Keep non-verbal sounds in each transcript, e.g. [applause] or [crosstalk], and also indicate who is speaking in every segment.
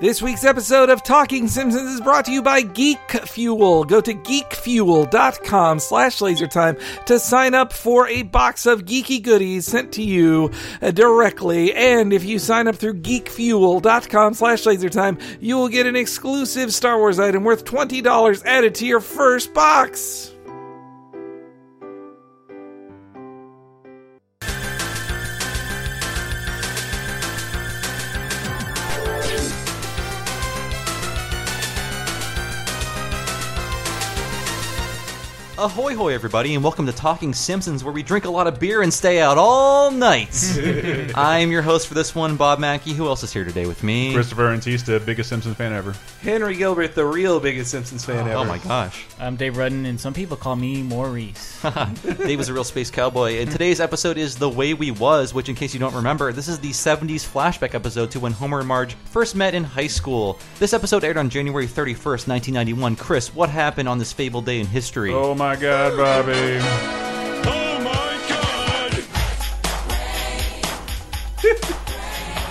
Speaker 1: This week's episode of Talking Simpsons is brought to you by Geek Fuel. Go to geekfuel.com slash lasertime to sign up for a box of geeky goodies sent to you uh, directly. And if you sign up through geekfuel.com slash lasertime, you will get an exclusive Star Wars item worth $20 added to your first box.
Speaker 2: Ahoy, hoy, everybody, and welcome to Talking Simpsons, where we drink a lot of beer and stay out all night. I'm your host for this one, Bob Mackey. Who else is here today with me?
Speaker 3: Christopher Antista, biggest Simpsons fan ever.
Speaker 4: Henry Gilbert, the real biggest Simpsons fan ever.
Speaker 2: Oh my gosh.
Speaker 5: I'm Um, Dave Rudden, and some people call me Maurice.
Speaker 2: Dave was a real space cowboy, and today's episode is The Way We Was, which, in case you don't remember, this is the 70s flashback episode to when Homer and Marge first met in high school. This episode aired on January 31st, 1991. Chris, what happened on this fabled day in history?
Speaker 3: Oh my God, Bobby!
Speaker 4: [laughs]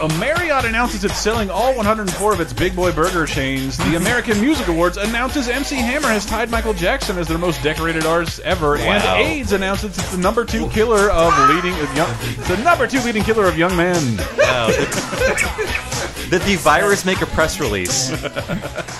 Speaker 3: A Marriott announces it's selling all 104 of its Big Boy Burger chains. The American Music Awards announces MC Hammer has tied Michael Jackson as their most decorated artist ever,
Speaker 2: Wow.
Speaker 3: and AIDS announces it's the number two killer of leading of young, it's the number two leading killer of young men.
Speaker 2: Wow. Did the virus make a press release?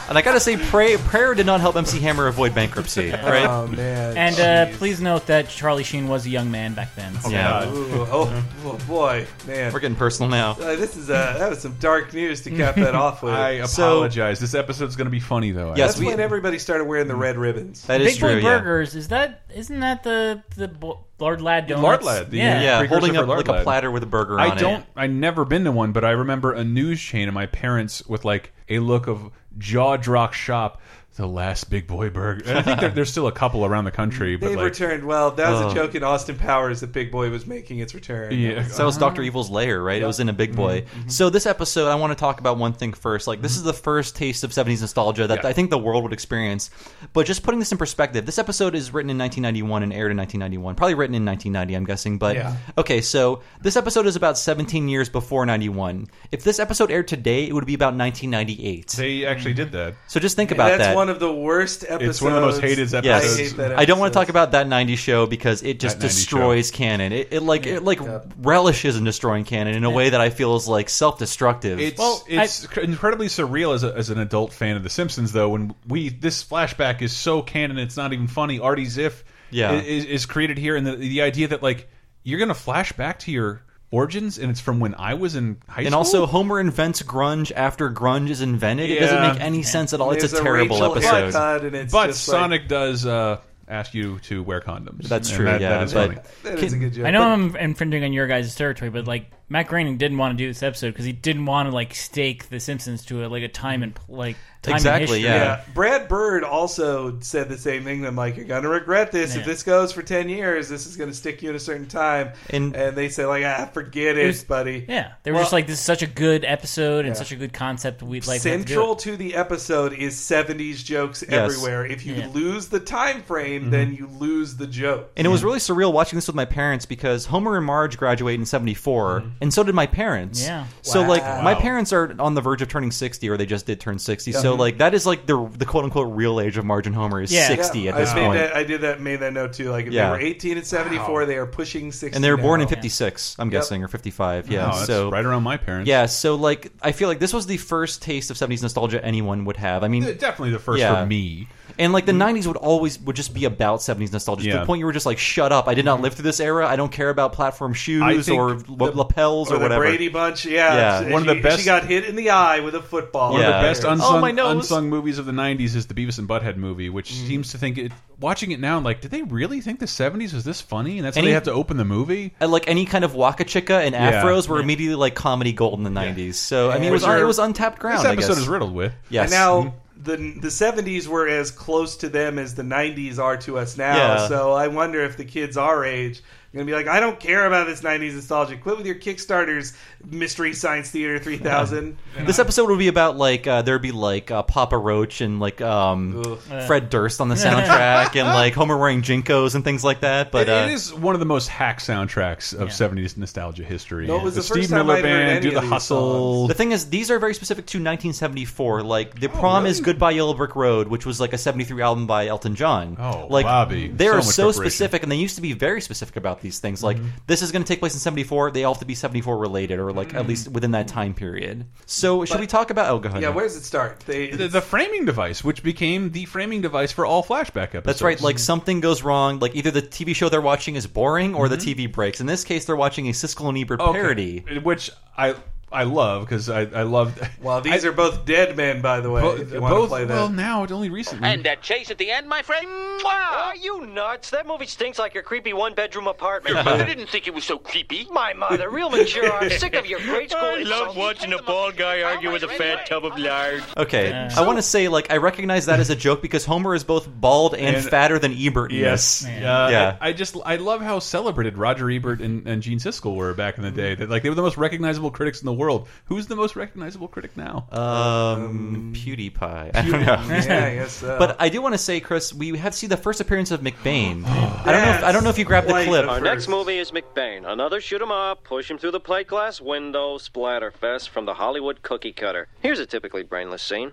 Speaker 2: and I gotta say, pray, prayer did not help MC Hammer avoid bankruptcy, right?
Speaker 1: Oh, man.
Speaker 5: and uh, please note that Charlie Sheen was a young man back then. So.
Speaker 2: yeah.
Speaker 4: Ooh, oh, oh, boy, man.
Speaker 2: We're getting uh, personal now.
Speaker 4: Uh, this is uh, that was some dark news to cap that off
Speaker 2: [laughs]
Speaker 4: with.
Speaker 3: I
Speaker 2: So-
Speaker 3: apologize. this episode's going to be funny, though. I
Speaker 2: uh, Yes,
Speaker 4: That's
Speaker 2: we-
Speaker 4: when everybody started wearing the red ribbons.
Speaker 2: That is
Speaker 5: Big
Speaker 2: true.
Speaker 5: Boy Burgers is that? Isn't that the the bo- Lord Lad donuts?
Speaker 3: Lard Lad, the-
Speaker 5: yeah.
Speaker 2: Yeah, yeah
Speaker 3: Precursor
Speaker 2: holding
Speaker 3: for
Speaker 2: up
Speaker 3: lard
Speaker 2: like
Speaker 3: lad.
Speaker 2: a platter with a burger on
Speaker 3: I
Speaker 2: it.
Speaker 3: don't. I never been to one, but I remember a news chain and my parents with like a look of jaw drop shop. The last big boy burger. And I think there, there's still a couple around the country, but
Speaker 4: They've
Speaker 3: like,
Speaker 4: returned. Well, that was
Speaker 2: Oh.
Speaker 4: a joke in Austin Powers that Big Boy was making its return.
Speaker 3: yeah,
Speaker 2: So that was Doctor Evil's lair, right? It was in a big boy. So this episode, I want to talk about one thing first. Like this is the first taste of '70s nostalgia that
Speaker 3: Yeah.
Speaker 2: I think the world would experience. But just putting this in perspective, this episode is written in 1991 and aired in 1991. Probably written in 1990, I'm guessing. But
Speaker 4: Yeah.
Speaker 2: okay, so this episode is about 17 years before 91. If this episode aired today, it would be about 1998.
Speaker 3: they actually did that.
Speaker 2: So just think about
Speaker 4: That's
Speaker 2: that.
Speaker 4: one of the worst episodes.
Speaker 3: It's one of the most hated
Speaker 2: Yes.
Speaker 3: episodes.
Speaker 4: I hate that
Speaker 2: I don't want to
Speaker 4: episode.
Speaker 2: talk about that '90s show because it just
Speaker 3: That 90s
Speaker 2: destroys canon. It, it like it like relishes in destroying canon in a way that I feel is like self-destructive.
Speaker 3: It's
Speaker 5: Well,
Speaker 3: it's cr- incredibly surreal as, a, as an adult fan of The Simpsons, though. When we this flashback is so canon, it's not even funny. Artie Ziff,
Speaker 2: Yeah.
Speaker 3: i- is, is created here, and the, the idea that like you're gonna flash back to your origins, and it's from when I was in high
Speaker 2: and
Speaker 3: school.
Speaker 2: also Homer invents grunge after grunge is invented. It
Speaker 3: Yeah.
Speaker 2: doesn't make any sense at all. It's
Speaker 4: There's
Speaker 2: a terrible
Speaker 4: Rachel
Speaker 2: episode.
Speaker 4: haircut, and it's
Speaker 3: But
Speaker 4: just
Speaker 3: Sonic does uh, ask you to wear condoms.
Speaker 2: That's
Speaker 3: And
Speaker 2: true.
Speaker 3: that-
Speaker 2: yeah,
Speaker 3: that is
Speaker 2: but
Speaker 3: funny.
Speaker 4: Like, that is a good joke.
Speaker 5: I know
Speaker 4: But
Speaker 5: I'm infringing on your guys' territory, but like Matt Groening didn't want to do this episode because he didn't want to like stake the Simpsons to a, like a time and like time
Speaker 2: Exactly,
Speaker 5: And history.
Speaker 2: yeah.
Speaker 4: Yeah, Brad Bird also said the same thing. I'm like, you're gonna regret this. If
Speaker 5: Yeah.
Speaker 4: this goes for ten years, this is gonna stick you at a certain time.
Speaker 2: And-
Speaker 4: And, they say like, ah, forget it,
Speaker 5: was-
Speaker 4: buddy.
Speaker 5: Yeah, they were
Speaker 4: Well-
Speaker 5: just like, "This is such a good episode and such a good concept. We'd like let's do it."
Speaker 4: Central to the episode is 70s jokes everywhere. If you
Speaker 5: Yeah.
Speaker 4: lose the time frame, then you lose the joke.
Speaker 2: And it was really surreal watching this with my parents because Homer and Marge graduated in 74, and so did my parents.
Speaker 5: Yeah.
Speaker 2: So,
Speaker 4: Wow.
Speaker 2: like, my parents are on the verge of turning 60, or they just did turn 60. So, like, that is, like, the, the quote unquote real age of Marge and Homer is
Speaker 5: Yeah.
Speaker 2: 60 at
Speaker 4: I
Speaker 2: this
Speaker 4: made
Speaker 2: point.
Speaker 4: That, I did that. Made that note too. Like if
Speaker 2: Yeah.
Speaker 4: they were 18 and 74, they are pushing 60.
Speaker 2: and they were born in
Speaker 4: now.
Speaker 2: 56, I'm guessing, or 55. Yeah.
Speaker 3: Oh, that's
Speaker 2: so,
Speaker 3: right around my parents.
Speaker 2: yeah, so, like, I feel like this was the first taste of 70s nostalgia anyone would have. I mean,
Speaker 3: Uh, definitely the first
Speaker 2: Yeah.
Speaker 3: for me.
Speaker 2: And like the '90s would always would just be about '70s nostalgia to
Speaker 3: Yeah.
Speaker 2: the point you were just like, "Shut up! I did not live through this era. I don't care about platform
Speaker 3: I
Speaker 2: shoes
Speaker 3: think
Speaker 2: or la-
Speaker 3: the-
Speaker 2: lapels or,
Speaker 4: Or the
Speaker 2: whatever."
Speaker 4: Brady Bunch, yeah,
Speaker 2: Yeah.
Speaker 4: She-
Speaker 3: One of the
Speaker 4: she-
Speaker 3: best-
Speaker 4: She got hit in the eye with a football.
Speaker 3: One
Speaker 2: Yeah.
Speaker 3: of the best
Speaker 2: un-
Speaker 3: unsung,
Speaker 2: my nose. Mm-hmm.
Speaker 3: unsung movies of the '90s is the Beavis and Butthead movie, which seems to think it. Watching it now, I'm like, did they really think the '70s was this funny? And that's why
Speaker 2: Any-
Speaker 3: they have to open the movie.
Speaker 2: And uh, like any kind of waka chica and
Speaker 3: Yeah.
Speaker 2: afros were immediately like comedy gold in the '90s. So I mean, it was
Speaker 3: Which are-
Speaker 2: it was untapped ground.
Speaker 3: This
Speaker 2: I guess.
Speaker 3: episode is riddled with.
Speaker 2: yes. Mm-hmm.
Speaker 4: And now the the 70s were as close to them as the 90s are to us now.
Speaker 2: Yeah.
Speaker 4: So I wonder if the kids our age You're gonna be like, I don't care about this '90s nostalgia. Quit with your Kickstarters, Mystery Science Theater
Speaker 2: [laughs]
Speaker 4: 3000.
Speaker 2: This episode would be about like uh, there'd be like uh, Papa Roach and like um, Fred Durst on the soundtrack and like Homer wearing jinkos and things like that. But
Speaker 3: It-
Speaker 2: uh,
Speaker 3: it is one of the most hack soundtracks of 70s nostalgia history.
Speaker 4: No, it was the
Speaker 3: Steve
Speaker 4: first time
Speaker 3: Miller
Speaker 4: I'd heard
Speaker 3: Band,
Speaker 4: any
Speaker 3: Do
Speaker 4: of
Speaker 3: the
Speaker 4: these
Speaker 3: Hustle.
Speaker 2: the thing is, these are very specific to 1974. Like
Speaker 3: Oh,
Speaker 2: the prom is "Goodbye Yellow Brick Road," which was like a '73 album by Elton John.
Speaker 3: Oh,
Speaker 2: like
Speaker 3: Bobby,
Speaker 2: they
Speaker 3: so
Speaker 2: are
Speaker 3: much
Speaker 2: so
Speaker 3: preparation. Mm-hmm.
Speaker 2: specific, and they used to be very specific about these things. Like this is going to take place in '74. They all have to be '74 related, or like at
Speaker 3: Mm.
Speaker 2: least within that time period. So should we talk about Oh, go ahead.
Speaker 4: yeah, where does it start? They,
Speaker 3: The, the framing device, which became the framing device for all flashback episodes.
Speaker 2: That's right. Like something goes wrong. Like either the TV show they're watching is boring, or the TV breaks. In this case, they're watching a Siskel and Ebert
Speaker 3: Mm-hmm. Okay.
Speaker 2: parody.
Speaker 3: which I I love because I I love. [laughs]
Speaker 4: well, these are both dead men, by the way.
Speaker 3: bo-
Speaker 4: if you want to
Speaker 3: both.
Speaker 4: play that.
Speaker 3: Well, now it only recently.
Speaker 6: Mm.
Speaker 7: And that chase at the end, my friend? Mwah!
Speaker 6: Are you nuts? That movie stinks like your creepy one bedroom apartment.
Speaker 8: [laughs]
Speaker 7: I didn't think it was so creepy.
Speaker 6: My mother, real mature. I'm sick of your grade school.
Speaker 8: I love
Speaker 6: insults.
Speaker 8: watching a bald guy argue with a fat tub of lard.
Speaker 2: Okay, I want to say like I recognize that as a joke because Homer is both bald and,
Speaker 3: And-
Speaker 2: fatter than Ebert. in
Speaker 3: Yes.
Speaker 2: this.
Speaker 3: Uh,
Speaker 2: Yeah.
Speaker 3: I, I just I love how celebrated Roger Ebert and, and Gene Siskel were back in the day. That like they were the most recognizable critics in the world. Who's the most recognizable critic now?
Speaker 4: Uh,
Speaker 2: Um, PewDiePie. I [laughs] don't know.
Speaker 4: [laughs] yeah, I guess so.
Speaker 2: But I do want to say, Chris, we have seen the first appearance of McBain. I don't know. If, I don't know if you grabbed the
Speaker 4: Quite
Speaker 2: clip.
Speaker 4: the
Speaker 6: Our
Speaker 4: first.
Speaker 6: next movie is McBain. Another shoot 'em up, push him through the plate glass window, splatterfest from the Hollywood cookie cutter. Here's a typically brainless scene.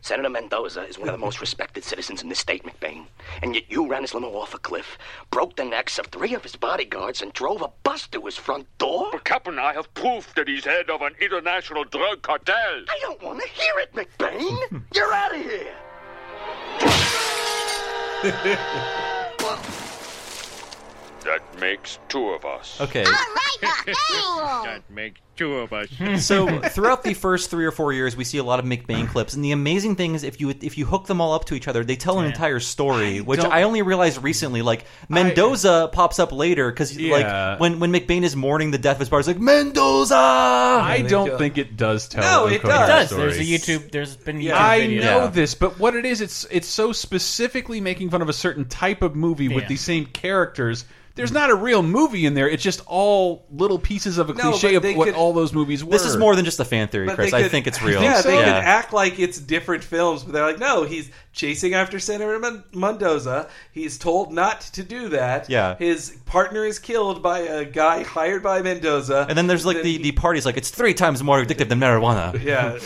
Speaker 8: Senator Mendoza is one of the most respected citizens in this state, McBain. And yet you ran his limo off a cliff, broke the necks of three of his bodyguards, and drove a bus to his front door?
Speaker 9: Captain, I have proof that he's head of an international drug cartel.
Speaker 8: I don't want to hear it,
Speaker 7: [laughs]
Speaker 8: McBain! You're out of here!
Speaker 9: That makes two of us.
Speaker 2: Okay.
Speaker 9: [laughs]
Speaker 8: That
Speaker 9: makes two of us.
Speaker 2: So throughout the first three or four years, we see a lot of McBain clips, and the amazing thing is if you if you hook them all up to each other, they tell an entire story, which
Speaker 3: don't-
Speaker 2: I only realized recently. Like Mendoza pops up later because
Speaker 3: Yeah.
Speaker 2: like when when McBain is mourning the death of his bar, it's like Mendoza.
Speaker 3: I don't
Speaker 4: go.
Speaker 3: think it does tell.
Speaker 4: uh, No,
Speaker 3: a
Speaker 4: it
Speaker 3: coherent
Speaker 4: does. It
Speaker 3: story.
Speaker 5: does. There's a YouTube. There's been YouTube
Speaker 3: I
Speaker 5: videos.
Speaker 3: know
Speaker 2: Yeah.
Speaker 3: this, but what it is, it's it's so specifically making fun of a certain type of movie with
Speaker 5: Yeah.
Speaker 3: these same characters. There's not a real movie in there. It's just all little pieces of a
Speaker 4: No,
Speaker 3: cliche
Speaker 4: but
Speaker 3: of
Speaker 4: they
Speaker 3: what
Speaker 4: could-
Speaker 3: all those movies were.
Speaker 2: This is more than just a fan theory,
Speaker 4: But
Speaker 2: Chris.
Speaker 4: they
Speaker 2: I
Speaker 4: could- [laughs]
Speaker 2: think it's real.
Speaker 4: Yeah, they
Speaker 2: Yeah.
Speaker 4: can act like it's different films, but they're like, no, he's chasing after Senator Men- Mendoza. He's told not to do that.
Speaker 2: Yeah.
Speaker 4: His partner is killed by a guy hired by Mendoza.
Speaker 2: And then there's like the, the parties like it's three times more addictive than marijuana.
Speaker 4: [laughs] Yeah,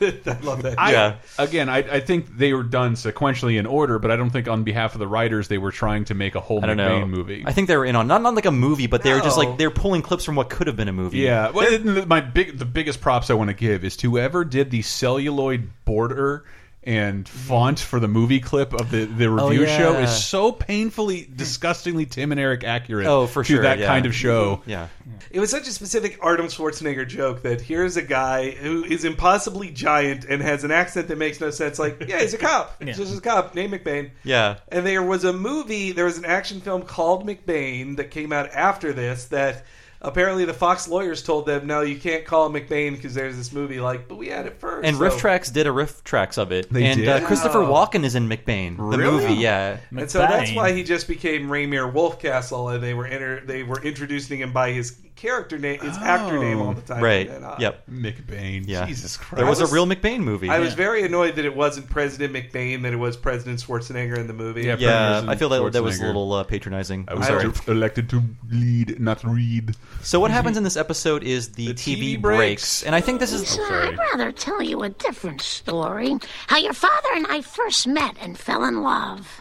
Speaker 4: it, [laughs] I love that.
Speaker 3: I,
Speaker 2: Yeah.
Speaker 3: Again, I, I think they were done sequentially in order, but I don't think on behalf of the writers they were trying to make a whole
Speaker 2: I don't
Speaker 3: McBain
Speaker 2: know.
Speaker 3: movie.
Speaker 2: I think they were in on not not like a movie, but they were just
Speaker 4: No.
Speaker 2: like they're pulling clips from what could have been a movie.
Speaker 3: yeah. Well, th- my big the biggest props I want to give is to whoever did the celluloid border and font for the movie clip of the the review
Speaker 2: Mm-hmm. Oh, yeah.
Speaker 3: show is so painfully disgustingly Tim and Eric accurate.
Speaker 2: Oh, for
Speaker 3: to
Speaker 2: sure,
Speaker 3: that
Speaker 2: yeah.
Speaker 3: kind of show.
Speaker 2: Yeah.
Speaker 4: It was such a specific Arnold Schwarzenegger joke that here's a guy who is impossibly giant and has an accent that makes no sense. Like, yeah, he's a cop. He's just a cop. Name McBain.
Speaker 2: Yeah.
Speaker 4: And there was a movie, there was an action film called McBain that came out after this that apparently the Fox lawyers told them, no, you can't call him McBain because there's this movie. Like, but we had it first.
Speaker 2: And Riff
Speaker 4: so-
Speaker 2: Tracks did a Riff Tracks of it.
Speaker 3: They
Speaker 2: and
Speaker 3: did?
Speaker 2: Uh, Christopher
Speaker 4: Wow.
Speaker 2: Walken is in McBain, the
Speaker 3: Really?
Speaker 2: movie. Yeah.
Speaker 4: And so that's
Speaker 5: McBain.
Speaker 4: why he just became Raymere Wolfcastle, and they were inter- they were introducing him by his character name, his actor name all the time.
Speaker 2: Right.
Speaker 4: And, uh,
Speaker 2: Yep.
Speaker 3: McBain.
Speaker 2: Yeah.
Speaker 3: Jesus Christ.
Speaker 2: There was,
Speaker 4: was-
Speaker 2: a real McBain movie.
Speaker 4: I was very annoyed that it wasn't President McBain, that it was President Schwarzenegger in the movie.
Speaker 3: Yeah,
Speaker 2: yeah,
Speaker 3: President
Speaker 2: I feel that that was a
Speaker 3: Schwarzenegger.
Speaker 2: little uh, patronizing.
Speaker 3: I was
Speaker 2: Sorry.
Speaker 3: elected- elected to lead, not read. [laughs]
Speaker 2: So what happens in this episode is the, TV,
Speaker 3: TV
Speaker 2: breaks.
Speaker 3: breaks.
Speaker 2: and I think
Speaker 3: [laughs]
Speaker 2: this is
Speaker 8: So I'd rather tell you a different story. How your father and I first met and fell in love.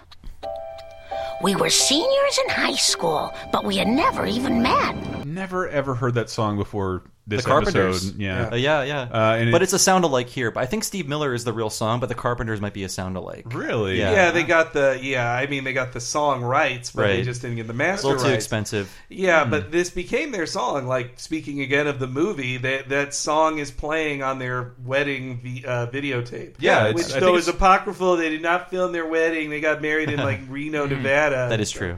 Speaker 8: We were seniors in high school, but we had never even met.
Speaker 3: Never ever heard that song before this
Speaker 2: The Carpenters.
Speaker 3: episode. Yeah.
Speaker 2: Uh, yeah, yeah.
Speaker 3: Uh, and
Speaker 2: but
Speaker 3: it-
Speaker 2: it's a sound alike here. But I think Steve Miller is the real song, but the Carpenters might be a sound alike.
Speaker 3: Really?
Speaker 2: Yeah.
Speaker 4: Yeah, they got the yeah. I mean, they got the song rights, but they
Speaker 2: Right.
Speaker 4: just didn't get the
Speaker 2: A
Speaker 4: master
Speaker 2: little too
Speaker 4: rights.
Speaker 2: expensive.
Speaker 3: Hmm.
Speaker 4: Yeah, but this became their song. Like speaking again of the movie, that that song is playing on their wedding vi- uh, videotape.
Speaker 3: Yeah, it's-
Speaker 4: which
Speaker 3: I
Speaker 4: though
Speaker 3: think
Speaker 4: is
Speaker 3: it's-
Speaker 4: apocryphal. They did not film their wedding. They got married in
Speaker 3: [laughs]
Speaker 4: like Reno,
Speaker 3: Hmm.
Speaker 4: Nevada.
Speaker 2: That is true.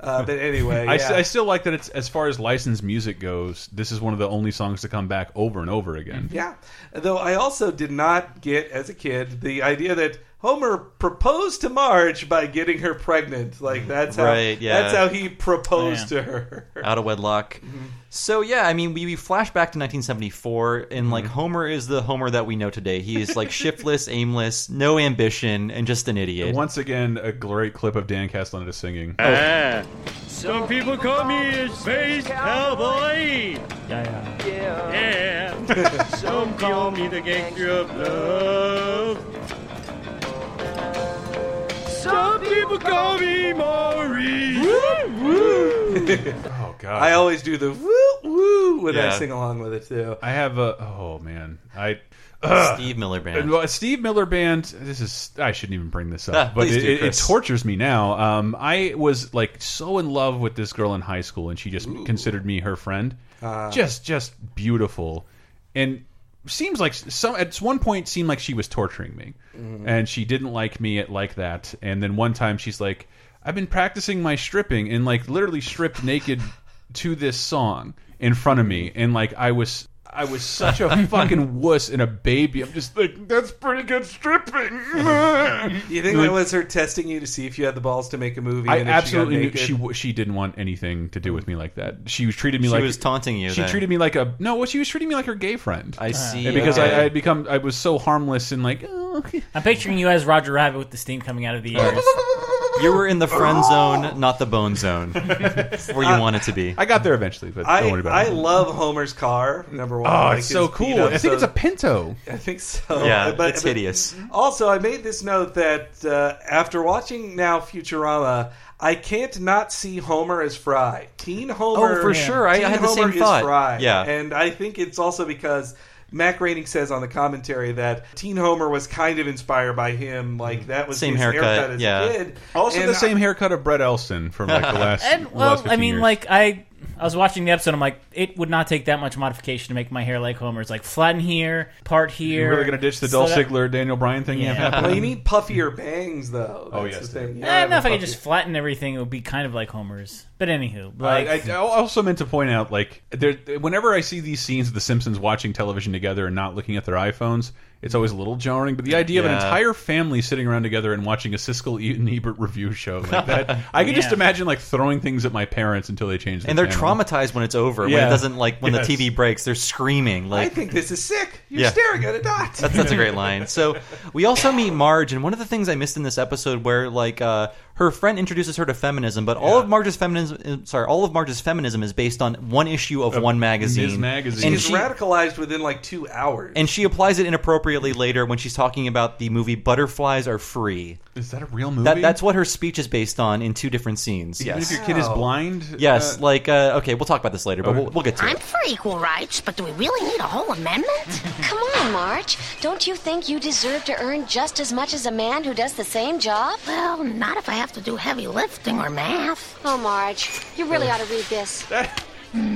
Speaker 4: Uh, but anyway,
Speaker 3: [laughs] I,
Speaker 4: yeah.
Speaker 3: s- I still like that it's as far as licensed music goes, this is one of the only songs to come back over and over again.
Speaker 4: Yeah. Though I also did not get as a kid the idea that Homer proposed to Marge by getting her pregnant. Like that's how
Speaker 2: Mm-hmm. Right, yeah.
Speaker 4: that's how he proposed
Speaker 3: Oh,
Speaker 5: Yeah.
Speaker 4: to her.
Speaker 2: out of wedlock. So yeah, I mean, we, we flash back to 1974, and
Speaker 3: Mm-hmm.
Speaker 2: like Homer is the Homer that we know today. He is like shiftless, [laughs] aimless, no ambition, and just an idiot.
Speaker 3: Once again, a great clip of Dan Castellaneta singing.
Speaker 2: Oh.
Speaker 6: Some people call me a space cowboy.
Speaker 5: Yeah, yeah.
Speaker 6: Yeah. Some call me the gangster of love. Some people call me Maurice.
Speaker 3: Oh God,
Speaker 4: I always do the woo woo when I
Speaker 2: Yeah.
Speaker 4: sing along with it too.
Speaker 3: I have a. Oh man, I.
Speaker 2: Steve Miller Band.
Speaker 3: And, well, Steve Miller Band. This is I shouldn't even bring this up,
Speaker 2: Ah,
Speaker 3: but
Speaker 2: please
Speaker 3: it,
Speaker 2: do,
Speaker 3: it, it
Speaker 2: Chris.
Speaker 3: tortures me now. Um, I was like so in love with this girl in high school, and she just considered me her friend. just, just beautiful, and seems like some at one point seemed like she was torturing me, and she didn't like me at like that. And then one time she's like, "I've been practicing my stripping," and like literally stripped naked to this song in front of me, and like I was. I was such a fucking wuss and a baby. I'm just like, that's pretty good stripping. [laughs]
Speaker 4: You think that was her testing you to see if you had the balls to make a movie?
Speaker 3: I
Speaker 4: and if
Speaker 3: absolutely
Speaker 4: she, got
Speaker 3: knew
Speaker 4: naked?
Speaker 3: she w- she didn't want anything to do with me like that. She treated me
Speaker 2: she
Speaker 3: like
Speaker 2: was taunting you.
Speaker 3: she
Speaker 2: then.
Speaker 3: treated me like a no. Well, she was treating me like her gay friend.
Speaker 2: I see.
Speaker 3: And because
Speaker 2: okay.
Speaker 3: I, I had become I was so harmless and like [laughs] oh,
Speaker 5: I'm picturing you as Roger Rabbit with the steam coming out of the ears.
Speaker 2: [laughs] you were in the friend zone, not the bone
Speaker 3: [laughs]
Speaker 2: zone, where you want it to be.
Speaker 3: I got there eventually, but
Speaker 4: I,
Speaker 3: don't worry about
Speaker 4: I
Speaker 3: it.
Speaker 4: love Homer's car. Number one,
Speaker 3: oh,
Speaker 4: Like,
Speaker 3: it's so
Speaker 4: his beat
Speaker 3: cool.
Speaker 4: up,
Speaker 3: I think it's
Speaker 4: so-
Speaker 3: a Pinto.
Speaker 4: I think so.
Speaker 2: yeah,
Speaker 4: But-
Speaker 2: it's
Speaker 4: but-
Speaker 2: hideous.
Speaker 3: Mm-hmm.
Speaker 4: Also, I made this note that uh, after watching now Futurama, I can't not see Homer as Fry. Teen Homer,
Speaker 2: Oh, for sure. I- I
Speaker 4: Teen
Speaker 2: had the
Speaker 4: Homer
Speaker 2: same
Speaker 4: is
Speaker 2: thought.
Speaker 4: Fry.
Speaker 2: Yeah.
Speaker 4: and I think it's also because. Mac Raining says on the commentary that Teen Homer was kind of inspired by him, like that was
Speaker 2: Same
Speaker 4: his
Speaker 2: haircut,
Speaker 4: as
Speaker 2: yeah.
Speaker 4: a kid.
Speaker 3: Also,
Speaker 4: And
Speaker 3: the same haircut of Brett Elson from [laughs] like the last.
Speaker 5: And
Speaker 3: the
Speaker 5: well,
Speaker 3: last
Speaker 5: I
Speaker 3: 15
Speaker 5: mean,
Speaker 3: years.
Speaker 5: like I, I was watching the episode. I'm like, it would not take that much modification to make my hair like Homer's. Like flatten here, part here.
Speaker 3: you're really gonna ditch the
Speaker 5: slow
Speaker 3: Dolph
Speaker 5: down-
Speaker 3: Ziggler Daniel Bryan thing you have
Speaker 5: Yeah.
Speaker 3: happening.
Speaker 4: Well, you need puffier bangs, though. That's
Speaker 3: Oh,
Speaker 4: the
Speaker 3: yes.
Speaker 4: thing. You
Speaker 5: Eh,
Speaker 4: gotta have
Speaker 5: no,
Speaker 4: a
Speaker 5: if I could
Speaker 4: puffier-
Speaker 5: just flatten everything, it would be kind of like Homer's. But anywho, like
Speaker 3: I, I also meant to point out, like, there. Whenever I see these scenes of the Simpsons watching television together and not looking at their iPhones, it's always a little jarring. But the idea of an
Speaker 2: Yeah.
Speaker 3: entire family sitting around together and watching a Siskel and Ebert review show like
Speaker 2: [laughs]
Speaker 3: that, I can just
Speaker 5: Yeah.
Speaker 3: imagine like throwing things at my parents until they change. The
Speaker 2: And they're
Speaker 3: channel.
Speaker 2: traumatized when it's over. When
Speaker 3: Yeah.
Speaker 2: it doesn't like when
Speaker 3: Yes.
Speaker 2: the TV breaks, they're screaming. Like
Speaker 4: I think this is sick. You're
Speaker 2: Yeah.
Speaker 4: staring at a dot.
Speaker 2: That's, that's a great line. So we also meet Marge, and one of the things I missed in this episode, where like uh, her friend introduces her to feminism, but all of Marge's feminism, uh, sorry, all of Marge's feminism is based on one issue of one magazine.
Speaker 3: Ms. Magazine.
Speaker 2: And
Speaker 4: She's
Speaker 2: [laughs] she,
Speaker 4: radicalized within like two hours.
Speaker 2: and she applies it inappropriately later when she's talking about the movie Butterflies Are Free.
Speaker 3: Is that a real movie?
Speaker 2: That, that's what her speech is based on in two different scenes.
Speaker 3: Even
Speaker 2: Yes.
Speaker 3: if your kid is blind.
Speaker 2: Yes,
Speaker 3: uh,
Speaker 2: like uh, okay, we'll talk about this later, but we'll, we'll get to
Speaker 8: I'm
Speaker 2: it.
Speaker 8: for equal rights, but do we really need a whole amendment?
Speaker 10: Come on, Marge. Don't you think you deserve to earn just as much as a man who does the same job?
Speaker 8: well, not if I have to do heavy lifting or math.
Speaker 10: Oh, Marge, you really ought to read this.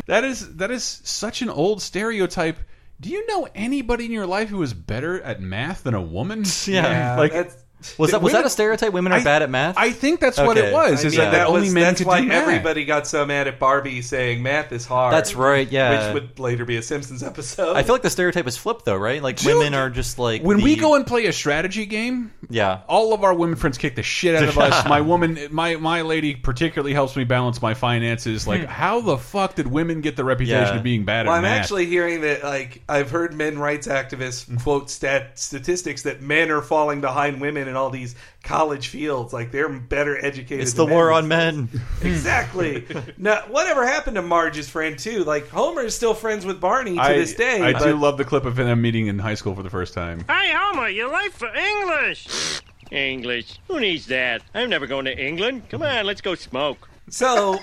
Speaker 3: that is that is such an old stereotype. Do you know anybody in your life who is better at math than a woman?
Speaker 2: [laughs] Yeah.
Speaker 3: like
Speaker 4: Uh, That's-
Speaker 2: Was that was
Speaker 3: women-
Speaker 2: that a stereotype? Women are
Speaker 3: I-
Speaker 2: bad at math.
Speaker 3: I think that's what
Speaker 2: Okay.
Speaker 3: it was.
Speaker 4: I
Speaker 3: Is
Speaker 4: mean,
Speaker 3: that, that only
Speaker 4: was-
Speaker 3: men
Speaker 4: that's
Speaker 3: could
Speaker 4: why
Speaker 3: do math.
Speaker 4: everybody got so mad at Barbie saying math is hard.
Speaker 2: That's right, yeah.
Speaker 4: Which would later be a Simpsons episode.
Speaker 2: I feel like the stereotype is flipped though, right? Like women are just like
Speaker 3: When
Speaker 2: the-
Speaker 3: we go and play a strategy game,
Speaker 2: yeah.
Speaker 3: all of our women friends kick the shit out of
Speaker 2: [laughs]
Speaker 3: us. My woman, my my lady, particularly helps me balance my finances. Like, how the fuck did women get the reputation
Speaker 2: Hmm. Yeah.
Speaker 3: of being bad
Speaker 4: well,
Speaker 3: at
Speaker 4: I'm
Speaker 3: math?
Speaker 4: actually hearing that, like, I've heard men rights activists quote stat statistics that men are falling behind women in all these college fields. Like, they're better educated.
Speaker 2: It's the
Speaker 4: than
Speaker 2: war
Speaker 4: men.
Speaker 2: on men.
Speaker 3: [laughs]
Speaker 4: Exactly. now, whatever happened to Marge's friend, too? Like, Homer is still friends with Barney to
Speaker 3: I,
Speaker 4: this day.
Speaker 3: I
Speaker 4: but-
Speaker 3: do love the clip of them meeting in high school for the first time.
Speaker 6: Hey, Homer, you late for English. English? Who needs that? I'm never going to England. Come on, let's go smoke.
Speaker 4: So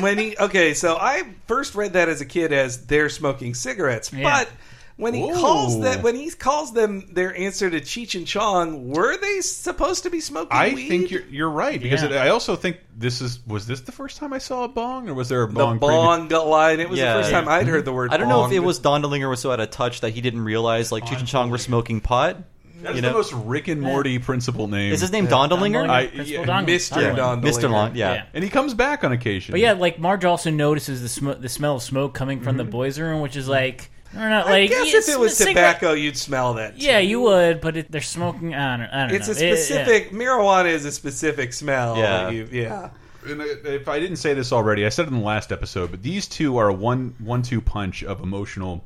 Speaker 4: when he okay, so I first read that as a kid as they're smoking cigarettes, but when he
Speaker 3: Ooh.
Speaker 4: calls that when he calls them their answer to Cheech and Chong, were they supposed to be smoking?
Speaker 3: I
Speaker 4: weed?
Speaker 3: think you're you're right because
Speaker 5: Yeah.
Speaker 3: it, I also think this is was this the first time I saw a bong or was there a
Speaker 4: the
Speaker 3: bong?
Speaker 4: bong,
Speaker 3: previous-
Speaker 4: got line. It was
Speaker 2: Yeah.
Speaker 4: the first time I'd heard the word.
Speaker 2: I don't know if
Speaker 4: bong.
Speaker 2: it was Don DeLinger was so out of touch that he didn't realize like Cheech and Chong were smoking pot.
Speaker 3: That is
Speaker 2: You
Speaker 3: the
Speaker 2: know?
Speaker 3: most Rick and Morty principal name.
Speaker 2: Is his name Don DeLinger?
Speaker 3: I-
Speaker 5: Principal
Speaker 3: yeah,
Speaker 5: Dongle,
Speaker 4: Mr.
Speaker 5: Dongle.
Speaker 4: Don-
Speaker 2: Mr. Long, yeah.
Speaker 5: Yeah.
Speaker 3: and he comes back on occasion.
Speaker 5: But yeah, like Marge also notices the sm- the smell of smoke coming from the boys' room, which is like Or not, like,
Speaker 4: I guess
Speaker 5: it's
Speaker 4: if it was
Speaker 5: a cigarette-
Speaker 4: tobacco, you'd smell that.
Speaker 5: Yeah, you would, but it, they're smoking. I don't, I don't
Speaker 4: It's
Speaker 5: know.
Speaker 4: a
Speaker 5: It- yeah.
Speaker 4: specific marijuana is a specific smell.
Speaker 3: Yeah.
Speaker 4: that you- yeah.
Speaker 3: And I- if I didn't say this already, I said it in the last episode, but these two are a one one two punch of emotional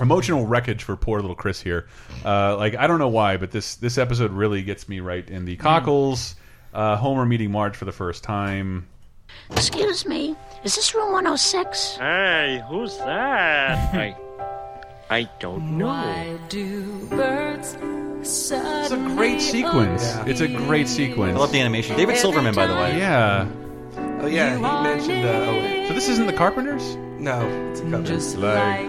Speaker 3: emotional wreckage for poor little Chris here. Uh, like I don't know why, but this this episode really gets me right in the cockles. Uh, Homer meeting Marge for the first time.
Speaker 8: Excuse me, is this room 106?
Speaker 6: Hey, who's that? I, I don't know.
Speaker 11: do birds It's
Speaker 3: a Great sequence. It's a great sequence.
Speaker 2: I love the animation. David Silverman, by the way.
Speaker 3: Yeah.
Speaker 4: Oh yeah, he mentioned. Uh, oh wait.
Speaker 3: So this isn't the Carpenters?
Speaker 4: No, it's a cover.
Speaker 11: Just They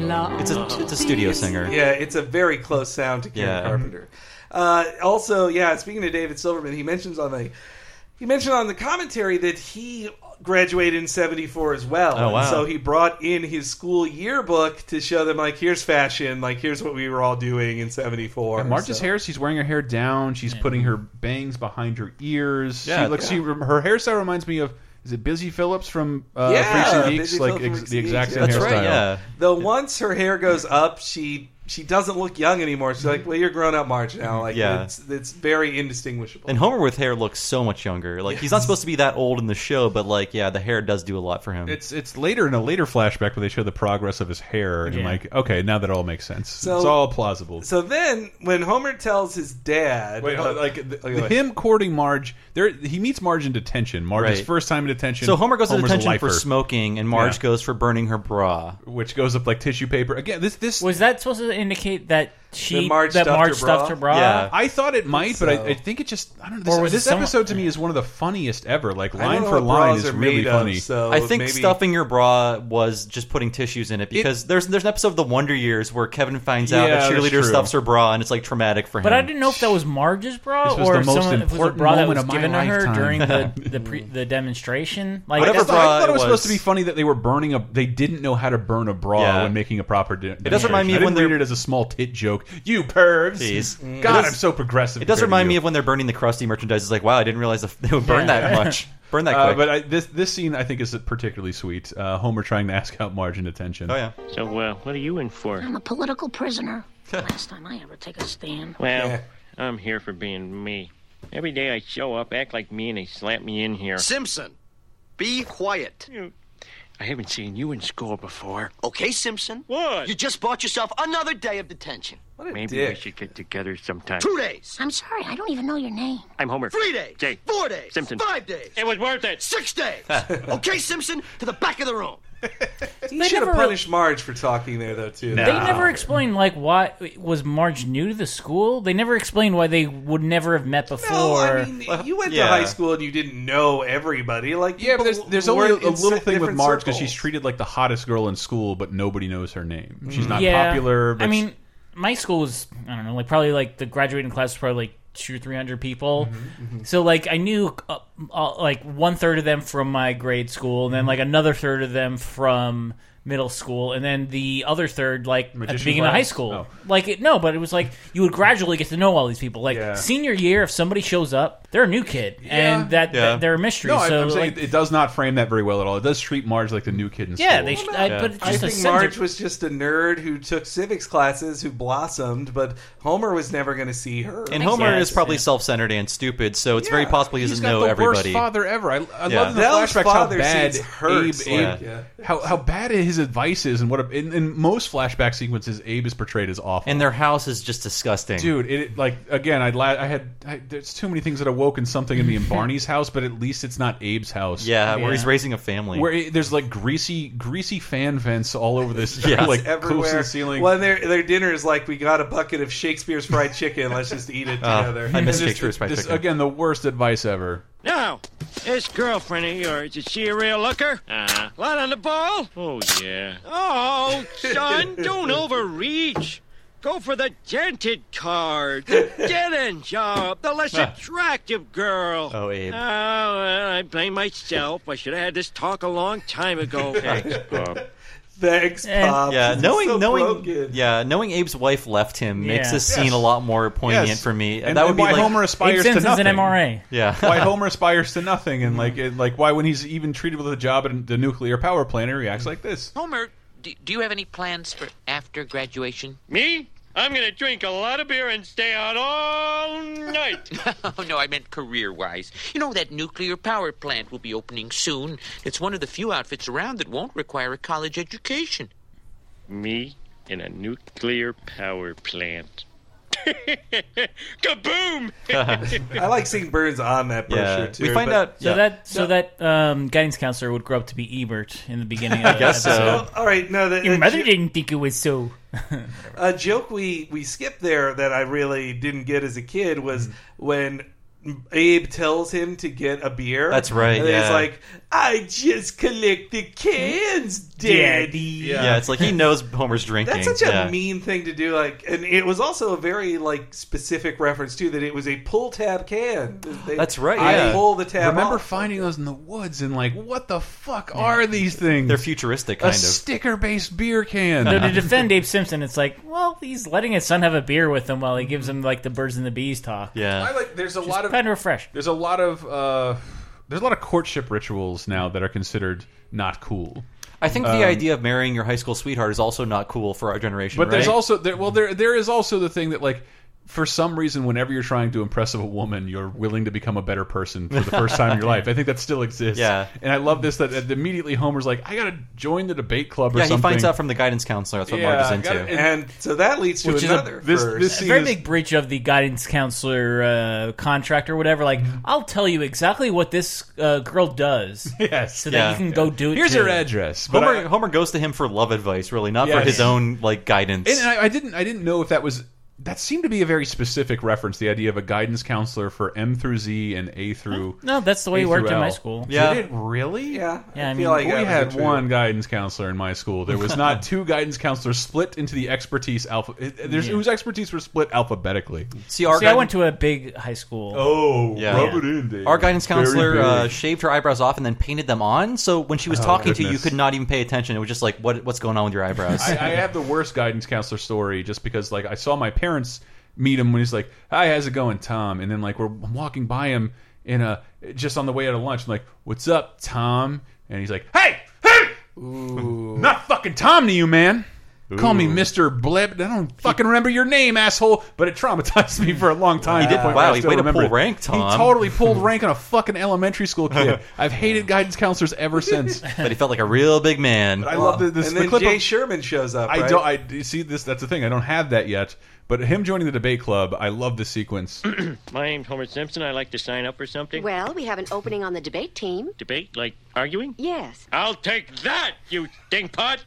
Speaker 11: love
Speaker 2: It's a it's a studio singer.
Speaker 4: Yeah, it's a very close sound to Karen
Speaker 2: Yeah.
Speaker 4: Carpenter. Uh, also, yeah, speaking of David Silverman, he mentions on the he mentioned on the commentary that he graduated in '74 as well.
Speaker 2: Oh, wow.
Speaker 4: And so he brought in his school yearbook to show them like, here's fashion, like here's what we were all doing in '74.
Speaker 3: And Marge's hair, she's wearing her hair down. She's putting her bangs behind her ears.
Speaker 2: Yeah.
Speaker 3: she looks.
Speaker 2: Yeah.
Speaker 3: She, her hairstyle reminds me of is it Busy Phillips from uh,
Speaker 4: Yeah,
Speaker 3: Freaks and
Speaker 4: Busy
Speaker 3: Geeks?
Speaker 4: Phillips
Speaker 3: like
Speaker 4: from
Speaker 3: ex
Speaker 4: Freaks
Speaker 3: the
Speaker 4: and
Speaker 3: exact
Speaker 4: Geeks,
Speaker 3: same
Speaker 4: yeah.
Speaker 3: hairstyle.
Speaker 2: That's right, yeah.
Speaker 4: Though once her hair goes up, she she doesn't look young anymore. She's like, well, you're grown up, Marge now. Like,
Speaker 2: Yeah.
Speaker 4: it's it's very indistinguishable.
Speaker 2: And Homer with hair looks so much younger. Like he's not supposed to be that old in the show, but like yeah, the hair does do a lot for him.
Speaker 3: It's it's later in a later flashback where they show the progress of his hair and
Speaker 2: Yeah.
Speaker 3: like okay now that all makes sense.
Speaker 4: So-
Speaker 3: it's all plausible.
Speaker 4: So then, when Homer tells his dad,
Speaker 3: Wait,
Speaker 2: uh,
Speaker 3: hold on, like the,
Speaker 4: Okay, wait.
Speaker 3: him courting Marge, there he meets Marge in detention. Marge's
Speaker 2: Right.
Speaker 3: first time in detention.
Speaker 2: so Homer goes to
Speaker 3: Homer's a
Speaker 2: detention for
Speaker 3: lifer,
Speaker 2: smoking, and Marge
Speaker 3: Yeah.
Speaker 2: goes for burning her bra.
Speaker 3: which goes up like tissue paper again. This this
Speaker 5: Was that supposed to indicate that she
Speaker 4: That Marge
Speaker 5: that
Speaker 4: stuffed
Speaker 5: Marge
Speaker 4: her bra?
Speaker 5: stuffed her bra?
Speaker 2: Yeah.
Speaker 3: I thought it might, but
Speaker 4: So-
Speaker 3: I, I think it just I don't know.
Speaker 5: Or
Speaker 3: This,
Speaker 5: was it
Speaker 3: this
Speaker 5: someone-
Speaker 3: episode to me is one of the funniest ever. Like
Speaker 4: I don't
Speaker 3: line
Speaker 4: know
Speaker 3: for
Speaker 4: what
Speaker 3: line
Speaker 4: bras
Speaker 3: is
Speaker 4: are
Speaker 3: really
Speaker 4: made of,
Speaker 3: funny.
Speaker 4: so
Speaker 2: I think
Speaker 4: maybe-
Speaker 2: stuffing your bra was just putting tissues in it because there's there's an episode of The Wonder Years where Kevin finds out
Speaker 3: Yeah,
Speaker 2: a
Speaker 3: that's
Speaker 2: cheerleader
Speaker 3: true.
Speaker 2: stuffs her bra and it's like traumatic for him.
Speaker 5: But I didn't know if that was Marge's bra
Speaker 3: This was
Speaker 5: or
Speaker 3: the most
Speaker 5: someone if it was a
Speaker 3: important
Speaker 5: bra that
Speaker 3: moment
Speaker 5: was
Speaker 3: of my
Speaker 5: given to her
Speaker 3: lifetime.
Speaker 5: during the
Speaker 3: [laughs]
Speaker 5: the, pre, the demonstration. Like
Speaker 2: Whatever
Speaker 3: I
Speaker 5: that's-
Speaker 3: thought, I
Speaker 2: bra
Speaker 3: thought it was,
Speaker 2: it
Speaker 3: supposed to
Speaker 2: was.
Speaker 3: be funny that they were burning a. They didn't know how to burn a bra
Speaker 2: Yeah.
Speaker 3: when making a proper. De- it
Speaker 2: does remind me
Speaker 3: I
Speaker 2: of when
Speaker 3: didn't read
Speaker 2: they're-
Speaker 3: it as a small tit joke. You pervs.
Speaker 2: Jeez.
Speaker 3: God,
Speaker 2: It
Speaker 3: I'm so progressive.
Speaker 2: It does
Speaker 3: compared to
Speaker 2: remind
Speaker 3: you.
Speaker 2: me of when they're burning the crusty merchandise. It's like, wow, I didn't realize the- they would burn that [laughs] much. Burn that
Speaker 3: Uh,
Speaker 2: quick.
Speaker 3: but I, this this scene I think is particularly sweet. Uh, Homer trying to ask out Marge in detention.
Speaker 2: oh yeah.
Speaker 6: So, uh, what are you in for?
Speaker 8: I'm a
Speaker 11: [laughs]
Speaker 8: political prisoner. Last time I ever take a stand.
Speaker 6: Well,
Speaker 4: Yeah.
Speaker 6: I'm here for being me. Every day I show up, act like me, and they slap me in here.
Speaker 12: Simpson, be quiet.
Speaker 6: I haven't seen you in school before.
Speaker 12: Okay, Simpson?
Speaker 6: What?
Speaker 12: You just bought yourself another day of detention.
Speaker 4: What a
Speaker 6: Maybe we
Speaker 4: dick.
Speaker 6: should get together sometime.
Speaker 12: Two days,
Speaker 8: I'm sorry, I don't even know your name.
Speaker 6: I'm Homer.
Speaker 12: three days,
Speaker 6: Jay.
Speaker 12: four days,
Speaker 6: Simpson.
Speaker 12: five days,
Speaker 6: It was worth it. [laughs]
Speaker 12: six days. okay, Simpson, to the back of the room.
Speaker 4: You should have
Speaker 5: never really-
Speaker 4: punished Marge for talking there, though, too.
Speaker 5: They never explained like why was Marge new to the school. They never explained why they would never have met before.
Speaker 4: No, I mean, you went
Speaker 2: yeah.
Speaker 4: to high school and you didn't know everybody. Like,
Speaker 3: Yeah, but there's,
Speaker 4: people
Speaker 3: there's only a,
Speaker 4: work
Speaker 3: a
Speaker 4: in
Speaker 3: little
Speaker 4: s-
Speaker 3: thing with
Speaker 4: different
Speaker 3: Marge because
Speaker 4: circles.
Speaker 3: she's treated like the hottest girl in school, but nobody knows her name. She's not
Speaker 5: yeah,
Speaker 3: popular. But
Speaker 5: I
Speaker 3: she-
Speaker 5: mean, my school was I don't know, like probably like the graduating class was probably like two or three hundred people.
Speaker 3: Mm-hmm,
Speaker 5: So like I knew uh, uh, like one third of them from my grade school, and then
Speaker 3: Mm-hmm.
Speaker 5: like another third of them from middle school, and then the other third like at
Speaker 3: Magician
Speaker 5: the beginning of high
Speaker 3: class?
Speaker 5: school.
Speaker 3: Oh.
Speaker 5: Like it, no, but it was like you would gradually get to know all these people. Like
Speaker 3: Yeah.
Speaker 5: senior year, if somebody shows up, they're a new kid,
Speaker 3: Yeah.
Speaker 5: and that,
Speaker 2: Yeah.
Speaker 5: that they're a mystery.
Speaker 3: no, I-
Speaker 5: so
Speaker 3: I'm saying
Speaker 5: like,
Speaker 3: it does not frame that very well at all. It does treat Marge like the new kid in
Speaker 5: yeah,
Speaker 3: school.
Speaker 5: they. Should, I,
Speaker 2: Yeah.
Speaker 5: But it's
Speaker 4: I
Speaker 5: just a
Speaker 4: think
Speaker 5: sense
Speaker 4: Marge
Speaker 5: of-
Speaker 4: was just a nerd who took civics classes, who blossomed, but Homer was never going to see her.
Speaker 2: And Homer
Speaker 5: Yes,
Speaker 2: is probably
Speaker 5: yeah.
Speaker 2: self-centered and stupid, so it's very possible he
Speaker 3: He's
Speaker 2: doesn't
Speaker 3: got
Speaker 2: know
Speaker 3: the
Speaker 2: everybody.
Speaker 3: Worst father ever. I, I
Speaker 2: Yeah.
Speaker 3: love in the
Speaker 4: Dell's
Speaker 3: flashbacks how
Speaker 4: father
Speaker 3: bad
Speaker 4: scenes hurts,
Speaker 3: Abe,
Speaker 4: like,
Speaker 3: Abe
Speaker 4: yeah.
Speaker 3: how how bad his advice is, and what a, in, in most flashback sequences Abe is portrayed as awful.
Speaker 2: and their house is just disgusting.
Speaker 3: Dude, it- it like again. I'd la I had I, there's too many things that awoken something in me in
Speaker 4: [laughs]
Speaker 3: Barney's house, but at least it's not Abe's house.
Speaker 2: yeah, where he's
Speaker 5: Yeah.
Speaker 2: raising a family.
Speaker 3: where it, there's like greasy, greasy fan vents all over
Speaker 4: [laughs]
Speaker 3: this,
Speaker 2: Yes.
Speaker 3: [laughs] like close to
Speaker 4: everywhere.
Speaker 3: the ceiling.
Speaker 4: Well, and their their dinner is like we got a bucket of Shakespeare's fried chicken. Let's just eat it
Speaker 2: Oh,
Speaker 4: together. [laughs]
Speaker 2: I miss
Speaker 3: This-
Speaker 2: Shakespeare's fried
Speaker 3: this-
Speaker 2: chicken.
Speaker 3: Again, the worst advice ever.
Speaker 6: Now, this girlfriend of yours, is she a real looker? Uh, lot on the ball? Oh, yeah.
Speaker 2: [laughs]
Speaker 6: Oh, son, don't overreach. Go for the dented card.
Speaker 2: [laughs]
Speaker 6: Get in job, the less attractive girl.
Speaker 2: Oh, Abe.
Speaker 6: Oh, well, I blame myself. I should have had this talk a long time
Speaker 2: [laughs]
Speaker 6: ago.
Speaker 4: Thanks,
Speaker 3: uh,
Speaker 4: Pop.
Speaker 2: Yeah,
Speaker 4: It's
Speaker 2: knowing
Speaker 4: so
Speaker 2: knowing
Speaker 4: broken.
Speaker 2: yeah, knowing Abe's wife left him makes
Speaker 5: Yeah.
Speaker 2: this
Speaker 3: Yes.
Speaker 2: scene a lot more poignant
Speaker 3: Yes.
Speaker 2: for me.
Speaker 3: And,
Speaker 2: that would
Speaker 3: and
Speaker 2: be
Speaker 3: why
Speaker 2: like
Speaker 3: Homer aspires to
Speaker 5: Simpson's
Speaker 3: nothing.
Speaker 5: an MRA.
Speaker 2: yeah.
Speaker 3: [laughs] why Homer aspires to nothing, and like it, like why when he's even treated with a job at the nuclear power plant, he reacts like this.
Speaker 6: Homer,
Speaker 13: do, do you have any plans for after graduation? [laughs]
Speaker 6: Me? I'm gonna drink a lot of beer and stay out all night.
Speaker 13: [laughs] oh, no, I meant career wise. You know, that nuclear power plant will be opening soon. It's one of the few outfits around that won't require a college education.
Speaker 6: Me in a nuclear power plant. [laughs] Kaboom!
Speaker 4: I like seeing Burns on that brochure too.
Speaker 5: We
Speaker 4: but-
Speaker 5: so that so that um, guidance counselor would grow up to be Ebert in the beginning. of
Speaker 4: I guess
Speaker 5: the
Speaker 4: so.
Speaker 5: episode.
Speaker 4: All right, no, that-
Speaker 5: your
Speaker 4: that
Speaker 5: mother
Speaker 4: you-
Speaker 5: didn't think it was so.
Speaker 4: a joke we we skipped there that I really didn't get as a kid was when Abe tells him to get a beer.
Speaker 2: That's right,
Speaker 4: And he's
Speaker 2: yeah.
Speaker 4: like, "I just collect the cans, Daddy."
Speaker 2: Yeah. it's like he knows Homer's drinking.
Speaker 4: That's such a
Speaker 2: yeah.
Speaker 4: mean thing to do. Like, and it was also a very like specific reference too that it was a pull tab can. They-
Speaker 3: That's right,
Speaker 4: I
Speaker 3: yeah.
Speaker 4: pull the tab.
Speaker 3: Remember
Speaker 4: off.
Speaker 3: finding those in the woods and like, what the fuck are these things?
Speaker 2: They're futuristic,
Speaker 3: A
Speaker 2: kind of.
Speaker 3: sticker-based beer can.
Speaker 5: Though to defend Abe Simpson, it's like, well, he's letting his son have a beer with him while he gives him like the birds and the bees talk.
Speaker 3: I like. There's a
Speaker 5: Just
Speaker 3: lot of
Speaker 5: trying to refresh.
Speaker 3: There's a lot of uh, there's a lot of courtship rituals now that are considered not cool.
Speaker 2: I think the
Speaker 3: Um,
Speaker 2: idea of marrying your high school sweetheart is also not cool for our generation.
Speaker 3: But
Speaker 2: right?
Speaker 3: there's also there, well there there is also the thing that like for some reason whenever you're trying to impress a woman you're willing to become a better person for the first time
Speaker 2: [laughs]
Speaker 3: in your life. I think that still exists.
Speaker 2: Yeah.
Speaker 3: And I love this that, that immediately Homer's like I got to join the debate club or
Speaker 2: yeah,
Speaker 3: something.
Speaker 2: he finds out from the guidance counselor. That's what
Speaker 3: Yeah,
Speaker 2: Marge is
Speaker 3: I
Speaker 2: into.
Speaker 4: [laughs]
Speaker 3: gotta-
Speaker 4: and so that leads to
Speaker 5: Which is
Speaker 4: another.
Speaker 5: a,
Speaker 3: this- verse. this
Speaker 5: a
Speaker 3: scene
Speaker 5: very
Speaker 3: is-
Speaker 5: big breach of the guidance counselor uh, contract or whatever. Like, I'll tell you exactly what this uh, girl does.
Speaker 3: Yes.
Speaker 5: So that you can go do it.
Speaker 3: Here's
Speaker 5: too.
Speaker 3: her address. But
Speaker 2: Homer,
Speaker 3: I-
Speaker 2: Homer goes to him for love advice, really, not for
Speaker 3: Yes.
Speaker 2: his own like guidance.
Speaker 3: And I, I didn't I didn't know if that was that seemed to be a very specific reference, the idea of a guidance counselor for M through Z and A through
Speaker 5: No, that's the way
Speaker 3: A
Speaker 5: it worked
Speaker 3: through
Speaker 5: in my
Speaker 3: L.
Speaker 5: school.
Speaker 3: Yeah.
Speaker 5: Did
Speaker 3: it really?
Speaker 4: Yeah.
Speaker 5: Yeah, I
Speaker 4: feel
Speaker 5: mean,
Speaker 4: like that
Speaker 3: we
Speaker 4: was
Speaker 3: had
Speaker 4: the truth.
Speaker 3: one guidance counselor in my school. There was [laughs] not two guidance counselors split into the expertise alpha. it- There's,
Speaker 5: Yeah.
Speaker 3: Whose expertise were split alphabetically.
Speaker 2: See, our
Speaker 5: See, I
Speaker 2: guidance-
Speaker 5: went to a big high school.
Speaker 3: Oh,
Speaker 2: Yeah.
Speaker 3: rub it in, Dave.
Speaker 2: Our guidance
Speaker 3: Very
Speaker 2: counselor
Speaker 3: big.
Speaker 2: uh, shaved her eyebrows off and then painted them on. So when she was
Speaker 3: Oh,
Speaker 2: talking to you, you
Speaker 3: goodness.
Speaker 2: could not even pay attention. It was just like, what what's going on with your eyebrows?
Speaker 3: I, I have the worst guidance counselor story just because like I saw my parents meet him when he's like, "Hi, how's it going, Tom?" And then like we're I'm walking by him in a just on the way out of lunch. I'm like, "What's up, Tom?" And he's like, "Hey, hey, not fucking Tom to you, man." Call me Mister Bleb. I don't fucking remember your name, asshole. But it traumatized me for a long time.
Speaker 2: He
Speaker 3: to the
Speaker 2: did-
Speaker 3: point where I
Speaker 2: wow, he
Speaker 3: still
Speaker 2: way to
Speaker 3: remember
Speaker 2: pull
Speaker 3: it.
Speaker 2: rank, Tom.
Speaker 3: He totally pulled rank on a
Speaker 2: [laughs]
Speaker 3: fucking elementary school kid. I've hated guidance counselors ever since.
Speaker 2: but he felt like a real big man.
Speaker 3: I love the, this,
Speaker 4: Uh, and
Speaker 3: the
Speaker 4: then
Speaker 3: clip
Speaker 4: Jay
Speaker 3: of,
Speaker 4: Sherman shows up.
Speaker 3: I
Speaker 4: right?
Speaker 3: don't. I you see this. That's the thing. I don't have that yet. But him joining the debate club, I love the sequence.
Speaker 6: My name's Homer Simpson. I'd like to sign up for something.
Speaker 10: Well, we have an opening on the debate team.
Speaker 6: Debate? Like arguing?
Speaker 10: Yes.
Speaker 6: I'll take that, you stinkpot!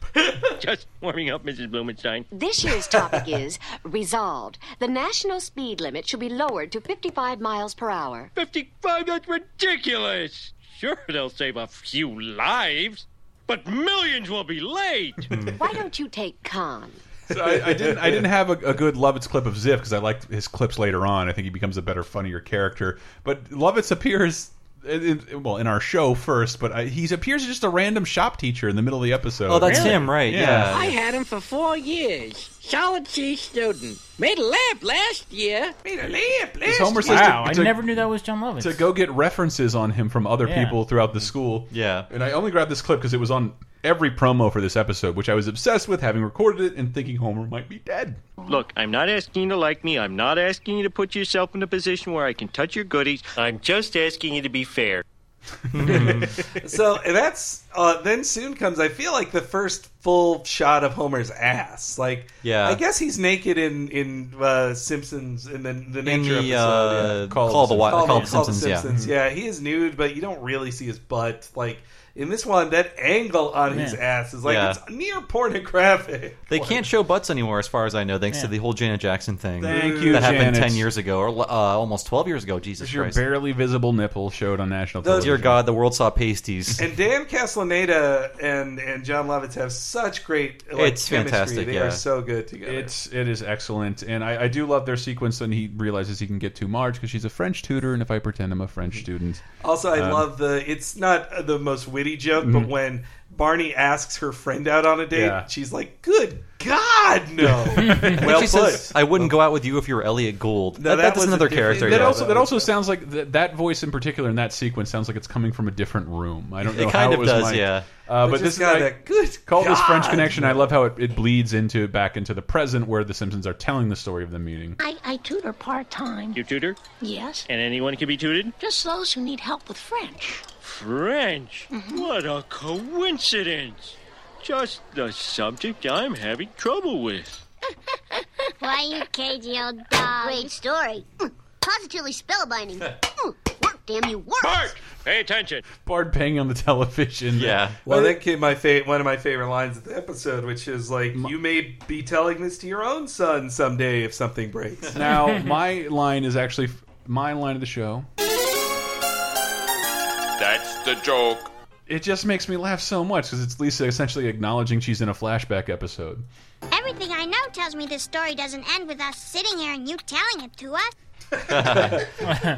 Speaker 6: [laughs] Just warming up, Mrs. Blumenstein.
Speaker 10: This year's topic is resolved. The national speed limit should be lowered to 55 miles per hour.
Speaker 6: 55? That's ridiculous! Sure, they'll save a few lives, but millions will be late!
Speaker 10: Why don't you take con?
Speaker 3: So I, I didn't. I didn't have a, a good Lovitz clip of Ziff because I liked his clips later on. I think he becomes a better, funnier character. But Lovitz appears. In, in- well, in our show first, but I, he appears as just a random shop teacher in the middle of the episode.
Speaker 2: Oh, that's Really? him, right, yeah.
Speaker 14: I had him for four years. Solid C student. Made a lap last year. Made a lap
Speaker 3: Because Homer says
Speaker 5: wow,
Speaker 3: to-
Speaker 5: I
Speaker 3: to-
Speaker 5: never knew that was John Lovitz.
Speaker 3: to go get references on him from other
Speaker 5: Yeah.
Speaker 3: people throughout the school.
Speaker 2: Yeah.
Speaker 3: And I only grabbed this clip because it was on every promo for this episode, which I was obsessed with having recorded it and thinking Homer might be dead.
Speaker 6: [laughs] Look, I'm not asking you to like me. I'm not asking you to put yourself in a position where I can touch your goodies. I'm just asking you to be fair.
Speaker 4: so and that's uh, then soon comes. I feel like the first full shot of Homer's ass. Like,
Speaker 2: Yeah.
Speaker 4: I guess he's naked in in uh, Simpsons in the the
Speaker 2: In
Speaker 4: nature
Speaker 2: the,
Speaker 4: episode.
Speaker 2: uh,
Speaker 4: yeah.
Speaker 2: Call Call of the the Wi- Simpsons. Call of the Simpsons, yeah.
Speaker 4: Yeah. he is nude, but you don't really see his butt. Like in this one, that angle on his
Speaker 2: Man.
Speaker 4: ass is like
Speaker 2: Yeah.
Speaker 4: it's near pornographic.
Speaker 2: They can't show butts anymore, as far as I know, thanks to
Speaker 4: Yeah.
Speaker 2: the whole Janet Jackson thing.
Speaker 3: Thank you,
Speaker 2: That happened
Speaker 3: Janet.
Speaker 2: ten years ago, or uh, almost twelve years ago. Jesus
Speaker 3: Your
Speaker 2: Christ!
Speaker 3: barely visible nipple showed on national
Speaker 4: Those-
Speaker 2: Dear
Speaker 3: television.
Speaker 2: God, the world saw pasties.
Speaker 4: And Dan Castellaneta and and John Lovitz have such great like,
Speaker 2: It's
Speaker 4: chemistry.
Speaker 2: fantastic,
Speaker 4: They
Speaker 2: yeah.
Speaker 4: are so good together.
Speaker 3: It's it is excellent, and I, I do love their sequence. And he realizes he can get too Marge because she's a French tutor, and if I pretend I'm a French
Speaker 4: Mm-hmm.
Speaker 3: student,
Speaker 4: Also, I
Speaker 3: Um,
Speaker 4: love the. It's not the most witty joke,
Speaker 3: Mhm.
Speaker 4: but when Barney asks her friend out on a date,
Speaker 3: Yeah.
Speaker 4: she's like, "Good God,
Speaker 3: [laughs]
Speaker 4: no!" well
Speaker 2: [laughs] she
Speaker 4: put.
Speaker 2: says, "I wouldn't go out with you if you were Elliot Gould."
Speaker 4: No,
Speaker 2: that,
Speaker 4: that
Speaker 2: that's
Speaker 4: was a
Speaker 2: another
Speaker 4: different-
Speaker 2: character.
Speaker 3: that
Speaker 2: yeah.
Speaker 3: also that also sounds like th that voice in particular in that sequence sounds like it's coming from a different room. I don't
Speaker 2: It
Speaker 3: know
Speaker 2: kind
Speaker 3: how
Speaker 2: of
Speaker 3: it was
Speaker 2: does,
Speaker 3: mic'd.
Speaker 2: yeah.
Speaker 4: But
Speaker 3: Uh, but
Speaker 4: just
Speaker 3: this is
Speaker 4: got
Speaker 3: I
Speaker 4: that- good
Speaker 3: call this French
Speaker 4: God.
Speaker 3: Connection. I love how it, it bleeds into back into the present where the Simpsons are telling the story of them meeting.
Speaker 8: I, I tutor part time.
Speaker 6: You tutor?
Speaker 8: Yes?
Speaker 6: And anyone can be tutored?
Speaker 8: Just those who need help with French.
Speaker 6: French? What a coincidence! Just the subject I'm having trouble with.
Speaker 15: Why, you cagey old dog. Great story. Mm, Positively spellbinding. Mm, Work, damn you, work.
Speaker 6: Bart! Pay attention.
Speaker 3: Bard paying on the [laughs] television.
Speaker 2: Yeah.
Speaker 4: Well, that kid, my fa- one of my favorite lines of the episode, which is like, "You may be telling this to your own son someday if something
Speaker 3: [laughs]
Speaker 4: breaks."
Speaker 3: now my line is actually f- my line of the show.
Speaker 9: That's the joke.
Speaker 3: It just makes me laugh so much because it's Lisa essentially acknowledging she's in a flashback episode.
Speaker 15: Everything I know tells me this story doesn't end with us sitting here and you telling it to us.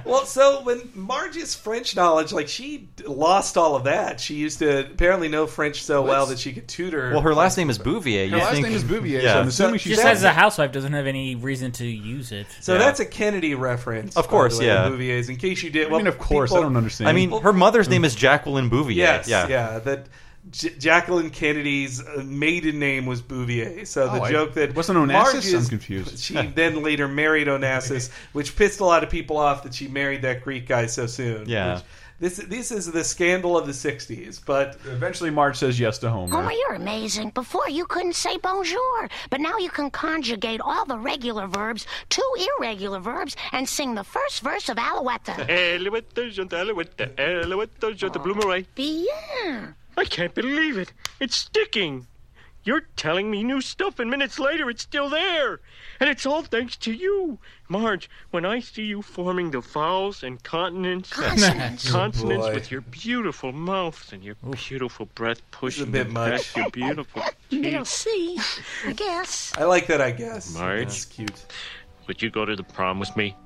Speaker 4: well, so when Marge's French knowledge, like she d- lost all of that. She used to apparently know French so well that she could tutor.
Speaker 2: Well, her last name is Bouvier.
Speaker 4: Her
Speaker 2: you
Speaker 4: last
Speaker 2: think-
Speaker 4: name is Bouvier,
Speaker 2: Yeah.
Speaker 4: so I'm assuming
Speaker 5: Just as a housewife doesn't have any reason to use it.
Speaker 4: So that's a Kennedy reference,
Speaker 2: Of course,
Speaker 4: by the way,
Speaker 2: yeah.
Speaker 4: the movie is in case you did.
Speaker 2: I
Speaker 4: well,
Speaker 2: mean, of course, I
Speaker 4: people-
Speaker 2: don't understand. I mean, her mother's name is Jacqueline Bouvier.
Speaker 4: Yes,
Speaker 2: Yeah.
Speaker 4: yeah, that J- Jacqueline Kennedy's uh, maiden name was Bouvier. So the
Speaker 3: Oh, I-
Speaker 4: joke that
Speaker 3: wasn't Onassis?
Speaker 4: Marge is-
Speaker 3: I'm confused.
Speaker 4: she then later married
Speaker 2: [laughs]
Speaker 4: Onassis, which pissed a lot of people off that she married that Greek guy so soon.
Speaker 3: Yeah.
Speaker 4: Which- this this is the scandal of the '60s, but
Speaker 3: eventually Marge says yes to Homer.
Speaker 8: Homer, you're amazing. Before you couldn't say bonjour, but now you can conjugate all the regular verbs, two irregular verbs, and sing the first verse of
Speaker 6: [laughs]
Speaker 8: Alouette.
Speaker 6: Alouette, jante, alouette, alouette, jante, bloomeray.
Speaker 8: Bien.
Speaker 6: I can't believe it. It's sticking. You're telling me new stuff, and minutes later, it's still there. And it's all thanks to you. Marge, when I see you forming the vowels and consonants,
Speaker 8: Consonants.
Speaker 6: consonants
Speaker 8: Oh, boy.
Speaker 6: with your beautiful mouth and your beautiful breath pushing
Speaker 4: bit
Speaker 6: them
Speaker 4: much.
Speaker 6: past your beautiful
Speaker 8: We'll
Speaker 6: teeth.
Speaker 8: see. I guess.
Speaker 4: I like that. I guess
Speaker 6: Marge,
Speaker 4: It's cute.
Speaker 6: Would you go to the prom with me?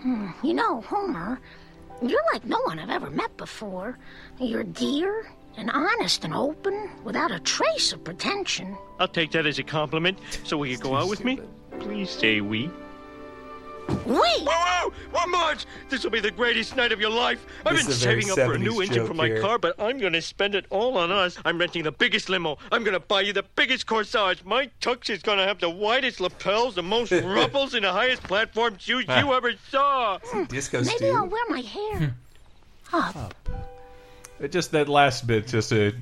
Speaker 8: Hmm, You know, Homer, you're like no one I've ever met before. You're dear and honest and open, without a trace of pretension.
Speaker 6: I'll take that as a compliment. So will you go out with me? Please say we.
Speaker 8: We.
Speaker 6: Whoa, whoa, whoa, Marge! This will be the greatest night of your life. I've
Speaker 4: This
Speaker 6: been
Speaker 4: is a very
Speaker 6: saving up for a new
Speaker 4: 70s
Speaker 6: engine
Speaker 4: joke
Speaker 6: for my
Speaker 4: here.
Speaker 6: car, but I'm going to spend it all on us. I'm renting the biggest limo. I'm going to buy you the biggest corsage. My tux is going to have the widest lapels, the
Speaker 4: [laughs]
Speaker 6: most ruffles, and the highest platform shoes you ever saw.
Speaker 4: Disco
Speaker 8: Maybe I'll wear my hair up.
Speaker 3: It just that last bit just to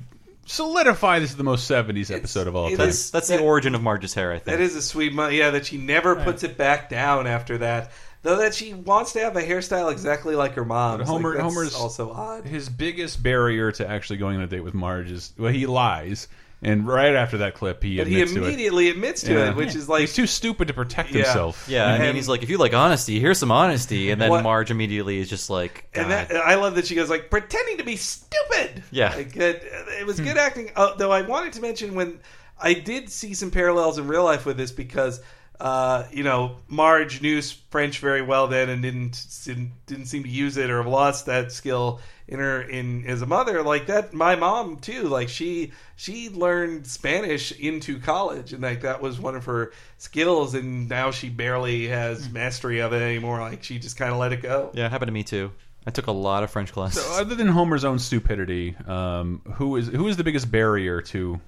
Speaker 3: solidify this is the most 70s episode of all
Speaker 4: it
Speaker 3: time.
Speaker 4: is-
Speaker 2: That's the origin of Marge's hair, I think.
Speaker 4: That is a sweet money. Yeah, that she never puts it back down after that. Though that she wants to have a hairstyle exactly like her mom's.
Speaker 3: Homer
Speaker 4: Like, that's
Speaker 3: Homer's
Speaker 4: also odd.
Speaker 3: His biggest barrier to actually going on a date with Marge is well, he lies, and right after that clip, he
Speaker 4: But he
Speaker 3: admits
Speaker 4: immediately admits
Speaker 3: to it.
Speaker 4: to
Speaker 3: Yeah.
Speaker 4: it, which is like
Speaker 3: he's too stupid to protect
Speaker 4: Yeah.
Speaker 3: himself.
Speaker 2: Yeah, I mean, he's like, if you like honesty, here's some honesty, and then
Speaker 4: What-
Speaker 2: Marge immediately is just like,
Speaker 4: And that, uh, I love that she goes like pretending to be stupid.
Speaker 2: Yeah.
Speaker 4: Like, that- it was good acting. Uh, though I wanted to mention when I did see some parallels in real life with this because uh, you know Marge knew French very well then and didn't didn't, didn't seem to use it or have lost that skill in her in as a mother like that. My mom too. Like she she learned Spanish into college and like that was one of her skills and now she barely has mastery of it anymore. Like she just kind of let it go.
Speaker 2: yeah, it happened to me too. I took a lot of French classes.
Speaker 4: uh,
Speaker 3: So other than Homer's own stupidity, um, who is who is the biggest barrier to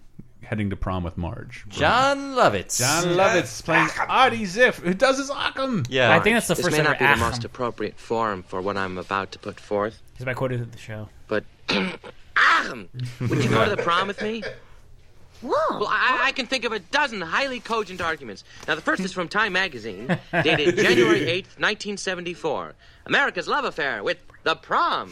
Speaker 3: heading to prom with Marge?
Speaker 2: John Lovitz.
Speaker 3: John Lovitz playing Artie Ziff, who does his Occam.
Speaker 16: this may not be the most appropriate forum for what I'm about to put forth.
Speaker 5: Because I quoted the show.
Speaker 16: But [coughs] Ahem! Would you go to the prom with me?
Speaker 8: Whoa!
Speaker 16: Well, I, I can think of a dozen highly cogent arguments. Now, the first is from Time Magazine,
Speaker 8: [laughs]
Speaker 16: dated January 8th, 1974. America's love affair with the prom.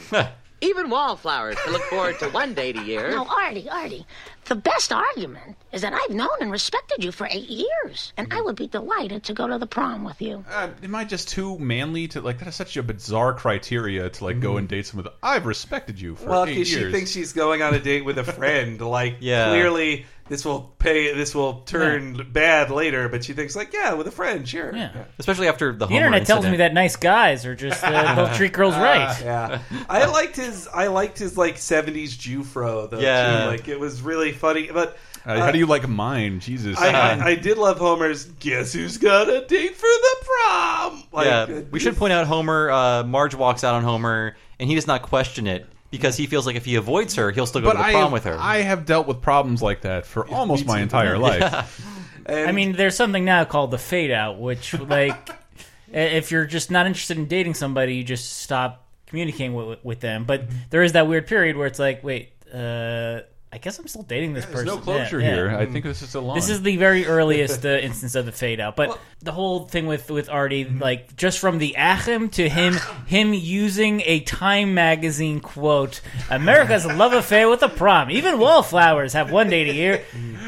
Speaker 16: Even wallflowers to look forward to one date a year.
Speaker 8: No, Artie, Artie, the best argument is that I've known and respected you for eight years, and I would be delighted to go to the prom with you.
Speaker 3: Uh, am I just too manly to like? That is such a bizarre criteria to like go and date someone. That, I've respected you for
Speaker 4: Well,
Speaker 3: eight
Speaker 4: because
Speaker 3: years.
Speaker 4: she thinks she's going on a date
Speaker 3: [laughs]
Speaker 4: with a friend. Like,
Speaker 3: Yeah.
Speaker 4: clearly this will pay. This will turn bad later. But she thinks like, yeah, with a friend, sure. Yeah.
Speaker 2: Especially after the,
Speaker 5: The
Speaker 2: Homer
Speaker 5: internet tells me
Speaker 2: incident.
Speaker 5: that nice guys are just uh, they'll treat girls
Speaker 4: Ah,
Speaker 5: right.
Speaker 4: yeah.
Speaker 3: [laughs]
Speaker 4: I liked his. I liked his like '70s Jew fro though.
Speaker 3: Yeah.
Speaker 4: too. like it was really funny. But
Speaker 3: Uh, how do you like mine? Jesus. Uh,
Speaker 4: I, I, I did love Homer's. Guess who's got a date for the prom? Like,
Speaker 5: [laughs]
Speaker 4: uh,
Speaker 2: yeah, we should point out Homer. Uh, Marge walks out on Homer, and he does not question it. because he feels like if he avoids her, he'll still go
Speaker 3: But
Speaker 2: to the
Speaker 3: I
Speaker 2: prom
Speaker 3: have,
Speaker 2: with her.
Speaker 3: I have dealt with problems like that for almost my entire life.
Speaker 5: I mean, there's something now called the fade out, which like [laughs] i- if you're just not interested in dating somebody, you just stop communicating with, with them. But there is that weird period where it's like, wait, uh, I guess I'm still dating this
Speaker 3: there's
Speaker 5: person.
Speaker 3: no closure here. I think this is a line.
Speaker 5: Mm. This is the very earliest uh, instance of the fade out. But the whole thing with with Artie, like just from the Achim to him, him using a Time magazine quote, "America's love affair with the prom. Even wallflowers have one date a year."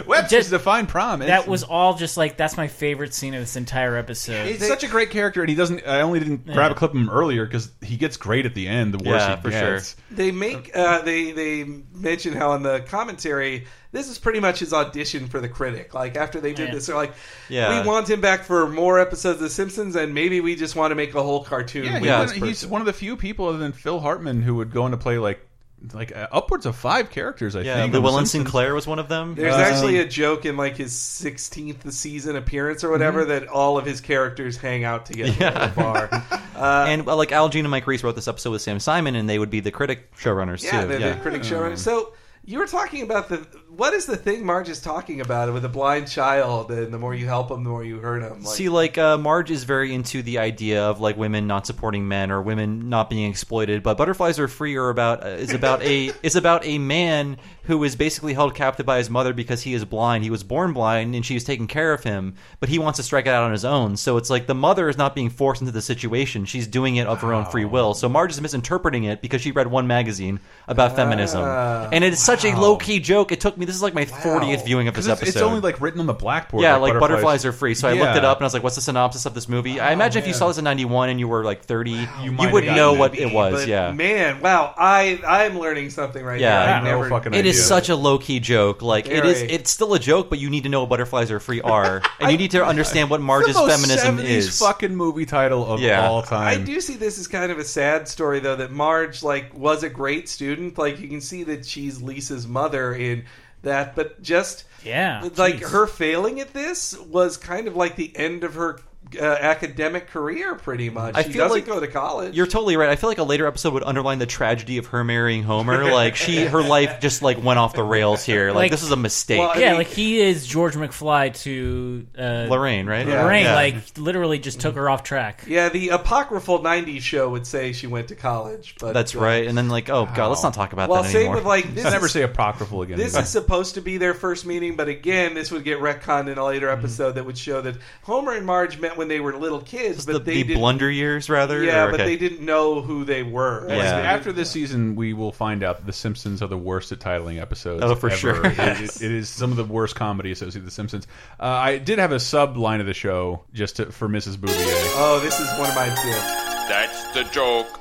Speaker 3: Webster's defined prom.
Speaker 5: That was all just like that's my favorite scene of this entire episode.
Speaker 3: He's such a great character, and he doesn't. I only didn't grab a clip of him earlier because he gets great at the end. The worse
Speaker 2: Yeah,
Speaker 3: he
Speaker 2: for sure.
Speaker 3: gets.
Speaker 4: They make uh, they they mention how in the commentary this is pretty much his audition for the critic. Like after they did
Speaker 2: Yeah.
Speaker 4: this, they're like,
Speaker 2: Yeah.
Speaker 4: we want him back for more episodes of The Simpsons, and maybe we just want to make a whole cartoon."
Speaker 3: Yeah,
Speaker 4: with
Speaker 3: he's,
Speaker 4: this
Speaker 3: one, he's
Speaker 4: person."
Speaker 3: one of the few people other than Phil Hartman who would go on to play like like uh, upwards of five characters. I
Speaker 2: Yeah,
Speaker 3: think.
Speaker 2: Llewellyn
Speaker 3: on The Simpsons.
Speaker 2: Sinclair was one of them. Uh,
Speaker 4: There's actually a joke in like his 16th season appearance or whatever
Speaker 3: Mm-hmm.
Speaker 4: that all of his characters hang out together at a
Speaker 3: [laughs]
Speaker 4: bar.
Speaker 2: and well, like Al Jean and Mike Reese wrote this episode with Sam Simon, and they would be the critic
Speaker 4: [laughs]
Speaker 2: showrunners
Speaker 4: Yeah,
Speaker 2: too.
Speaker 4: the,
Speaker 2: yeah,
Speaker 4: the critic
Speaker 3: Uh-huh.
Speaker 4: showrunner. So you were talking about the what is the thing Marge is talking about with a blind child, and the more you help him, the more you hurt him. Like,
Speaker 2: See, like uh, Marge is very into the idea of like women not supporting men or women not being exploited, but Butterflies Are Free are about uh, is about
Speaker 3: [laughs]
Speaker 2: a is about a man who is basically held captive by his mother because he is blind. He was born blind, and she was taking care of him, but he wants to strike it out on his own. So it's like the mother is not being forced into the situation; she's doing it of her own free will. So Marge is misinterpreting it because she read one magazine about feminism,
Speaker 3: Ah.
Speaker 2: and it's such a low key joke. It took me this is like my fortieth viewing of
Speaker 3: 'Cause
Speaker 2: this
Speaker 3: it's,
Speaker 2: episode.
Speaker 3: It's only like written on the blackboard.
Speaker 2: Yeah, like butterflies, are free. So I looked it
Speaker 3: Yeah.
Speaker 2: up and I was like, "What's the synopsis of this movie?"
Speaker 4: Oh,
Speaker 2: I imagine if you saw this in '91 and you were like 30, you,
Speaker 3: might
Speaker 2: would
Speaker 3: have
Speaker 2: know
Speaker 3: gotten
Speaker 2: what
Speaker 3: it.
Speaker 2: it was.
Speaker 4: but
Speaker 2: yeah,
Speaker 4: man, wow, I I'm learning something right
Speaker 2: yeah.
Speaker 4: here. I never-
Speaker 2: it is such a low key joke. Like it is,
Speaker 4: Very.
Speaker 2: it's still a joke, but you need to know what butterflies are
Speaker 4: [laughs]
Speaker 2: free are, and you need to understand what Marge's
Speaker 3: the most
Speaker 2: feminism
Speaker 3: 70s
Speaker 2: is.
Speaker 3: Fucking movie title of
Speaker 2: Yeah.
Speaker 3: all
Speaker 4: I
Speaker 3: time.
Speaker 4: do see this as kind of a sad story though that Marge like was a great student. Like you can see that she's Lisa's mother in that, but just
Speaker 5: Yeah,
Speaker 4: like
Speaker 5: jeez.
Speaker 4: her failing at this was kind of like the end of her uh, academic career, pretty much.
Speaker 2: I
Speaker 4: she
Speaker 2: feel
Speaker 4: doesn't
Speaker 2: like-
Speaker 4: go to college.
Speaker 2: You're totally right. I feel like a later episode would underline the tragedy of her
Speaker 4: [laughs]
Speaker 2: marrying Homer. Like she, her life just like went off the rails here. Like, this is a mistake.
Speaker 5: yeah, like he is George McFly to uh,
Speaker 2: Lorraine, right? Yeah.
Speaker 5: Lorraine,
Speaker 2: Yeah.
Speaker 5: like literally just took her off track.
Speaker 4: Yeah, the apocryphal '90s show would say she went to college, but
Speaker 2: that's
Speaker 4: uh,
Speaker 2: right. And then like, oh god, let's not talk about
Speaker 4: Well,
Speaker 2: that
Speaker 4: same
Speaker 2: anymore.
Speaker 4: with
Speaker 2: [laughs]
Speaker 4: like this.
Speaker 3: never
Speaker 4: is-
Speaker 3: say apocryphal again. [laughs]
Speaker 4: This is supposed to be their first meeting, but again, this would get retconned in a later
Speaker 2: Mm-hmm.
Speaker 4: episode that would show that Homer and Marge met when they were little kids, but they
Speaker 2: the
Speaker 4: didn't,
Speaker 2: blunder years rather.
Speaker 4: yeah,
Speaker 2: or-
Speaker 4: but
Speaker 2: okay.
Speaker 4: they didn't know who they were.
Speaker 3: That's-
Speaker 4: Like,
Speaker 3: After this season, we will find out that The Simpsons are the worst at titling episodes.
Speaker 2: Oh, for
Speaker 3: ever.
Speaker 2: sure.
Speaker 3: It- it- it is some of the worst comedy associated with The Simpsons. Uh, I did have a sub line of the show just to, for Mrs. Bouvier.
Speaker 4: Oh, this is one of my yeah.
Speaker 9: Uh, That's the joke.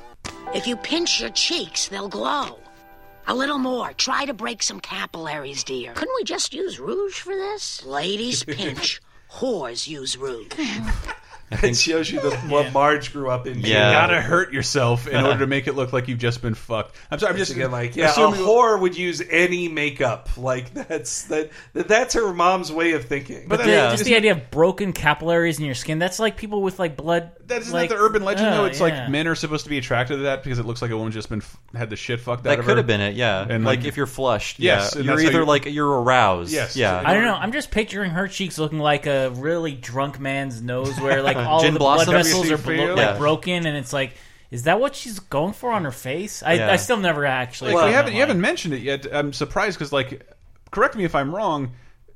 Speaker 8: If you pinch your cheeks, they'll glow. A little more. Try to break some capillaries, dear. Couldn't we just use rouge for this?
Speaker 13: [laughs]
Speaker 8: Ladies pinch. Whores use rouge.
Speaker 4: it shows you the, what Marge grew up in.
Speaker 3: You gotta hurt yourself in order to make it look like you've just been fucked. I'm sorry. I'm just
Speaker 4: Again, like yeah,
Speaker 3: assuming-
Speaker 4: a whore would use any makeup. Like that's that, that that's her mom's way of thinking.
Speaker 5: But, the- just the idea of broken capillaries in your skin—that's like people with like blood.
Speaker 3: That isn't
Speaker 5: like,
Speaker 3: that the urban legend
Speaker 5: uh,
Speaker 3: though? It's
Speaker 5: yeah.
Speaker 3: like men are supposed to be attracted to that because it looks like a woman's just been f had the shit fucked out
Speaker 2: That
Speaker 3: of her.
Speaker 2: could have been it, yeah.
Speaker 3: And,
Speaker 2: like,
Speaker 3: like-
Speaker 2: if you're flushed,
Speaker 3: Yes,
Speaker 2: yeah.
Speaker 3: and
Speaker 2: You're
Speaker 3: that's how
Speaker 2: either
Speaker 3: you-
Speaker 2: like you're aroused,
Speaker 3: Yes.
Speaker 2: yeah.
Speaker 5: I don't know. I'm just picturing her cheeks looking like a really drunk man's nose, where like all
Speaker 2: Gin
Speaker 5: of the blood
Speaker 2: blossom?
Speaker 5: vessels are
Speaker 2: WC
Speaker 5: blo-
Speaker 2: Yeah.
Speaker 5: like broken, and it's like, is that what she's going for on her face? I,
Speaker 3: Yeah.
Speaker 5: I still never actually.
Speaker 3: Like,
Speaker 5: found
Speaker 3: we
Speaker 5: that
Speaker 3: haven't you
Speaker 5: line.
Speaker 3: haven't mentioned it yet. I'm surprised because like, correct me if I'm wrong.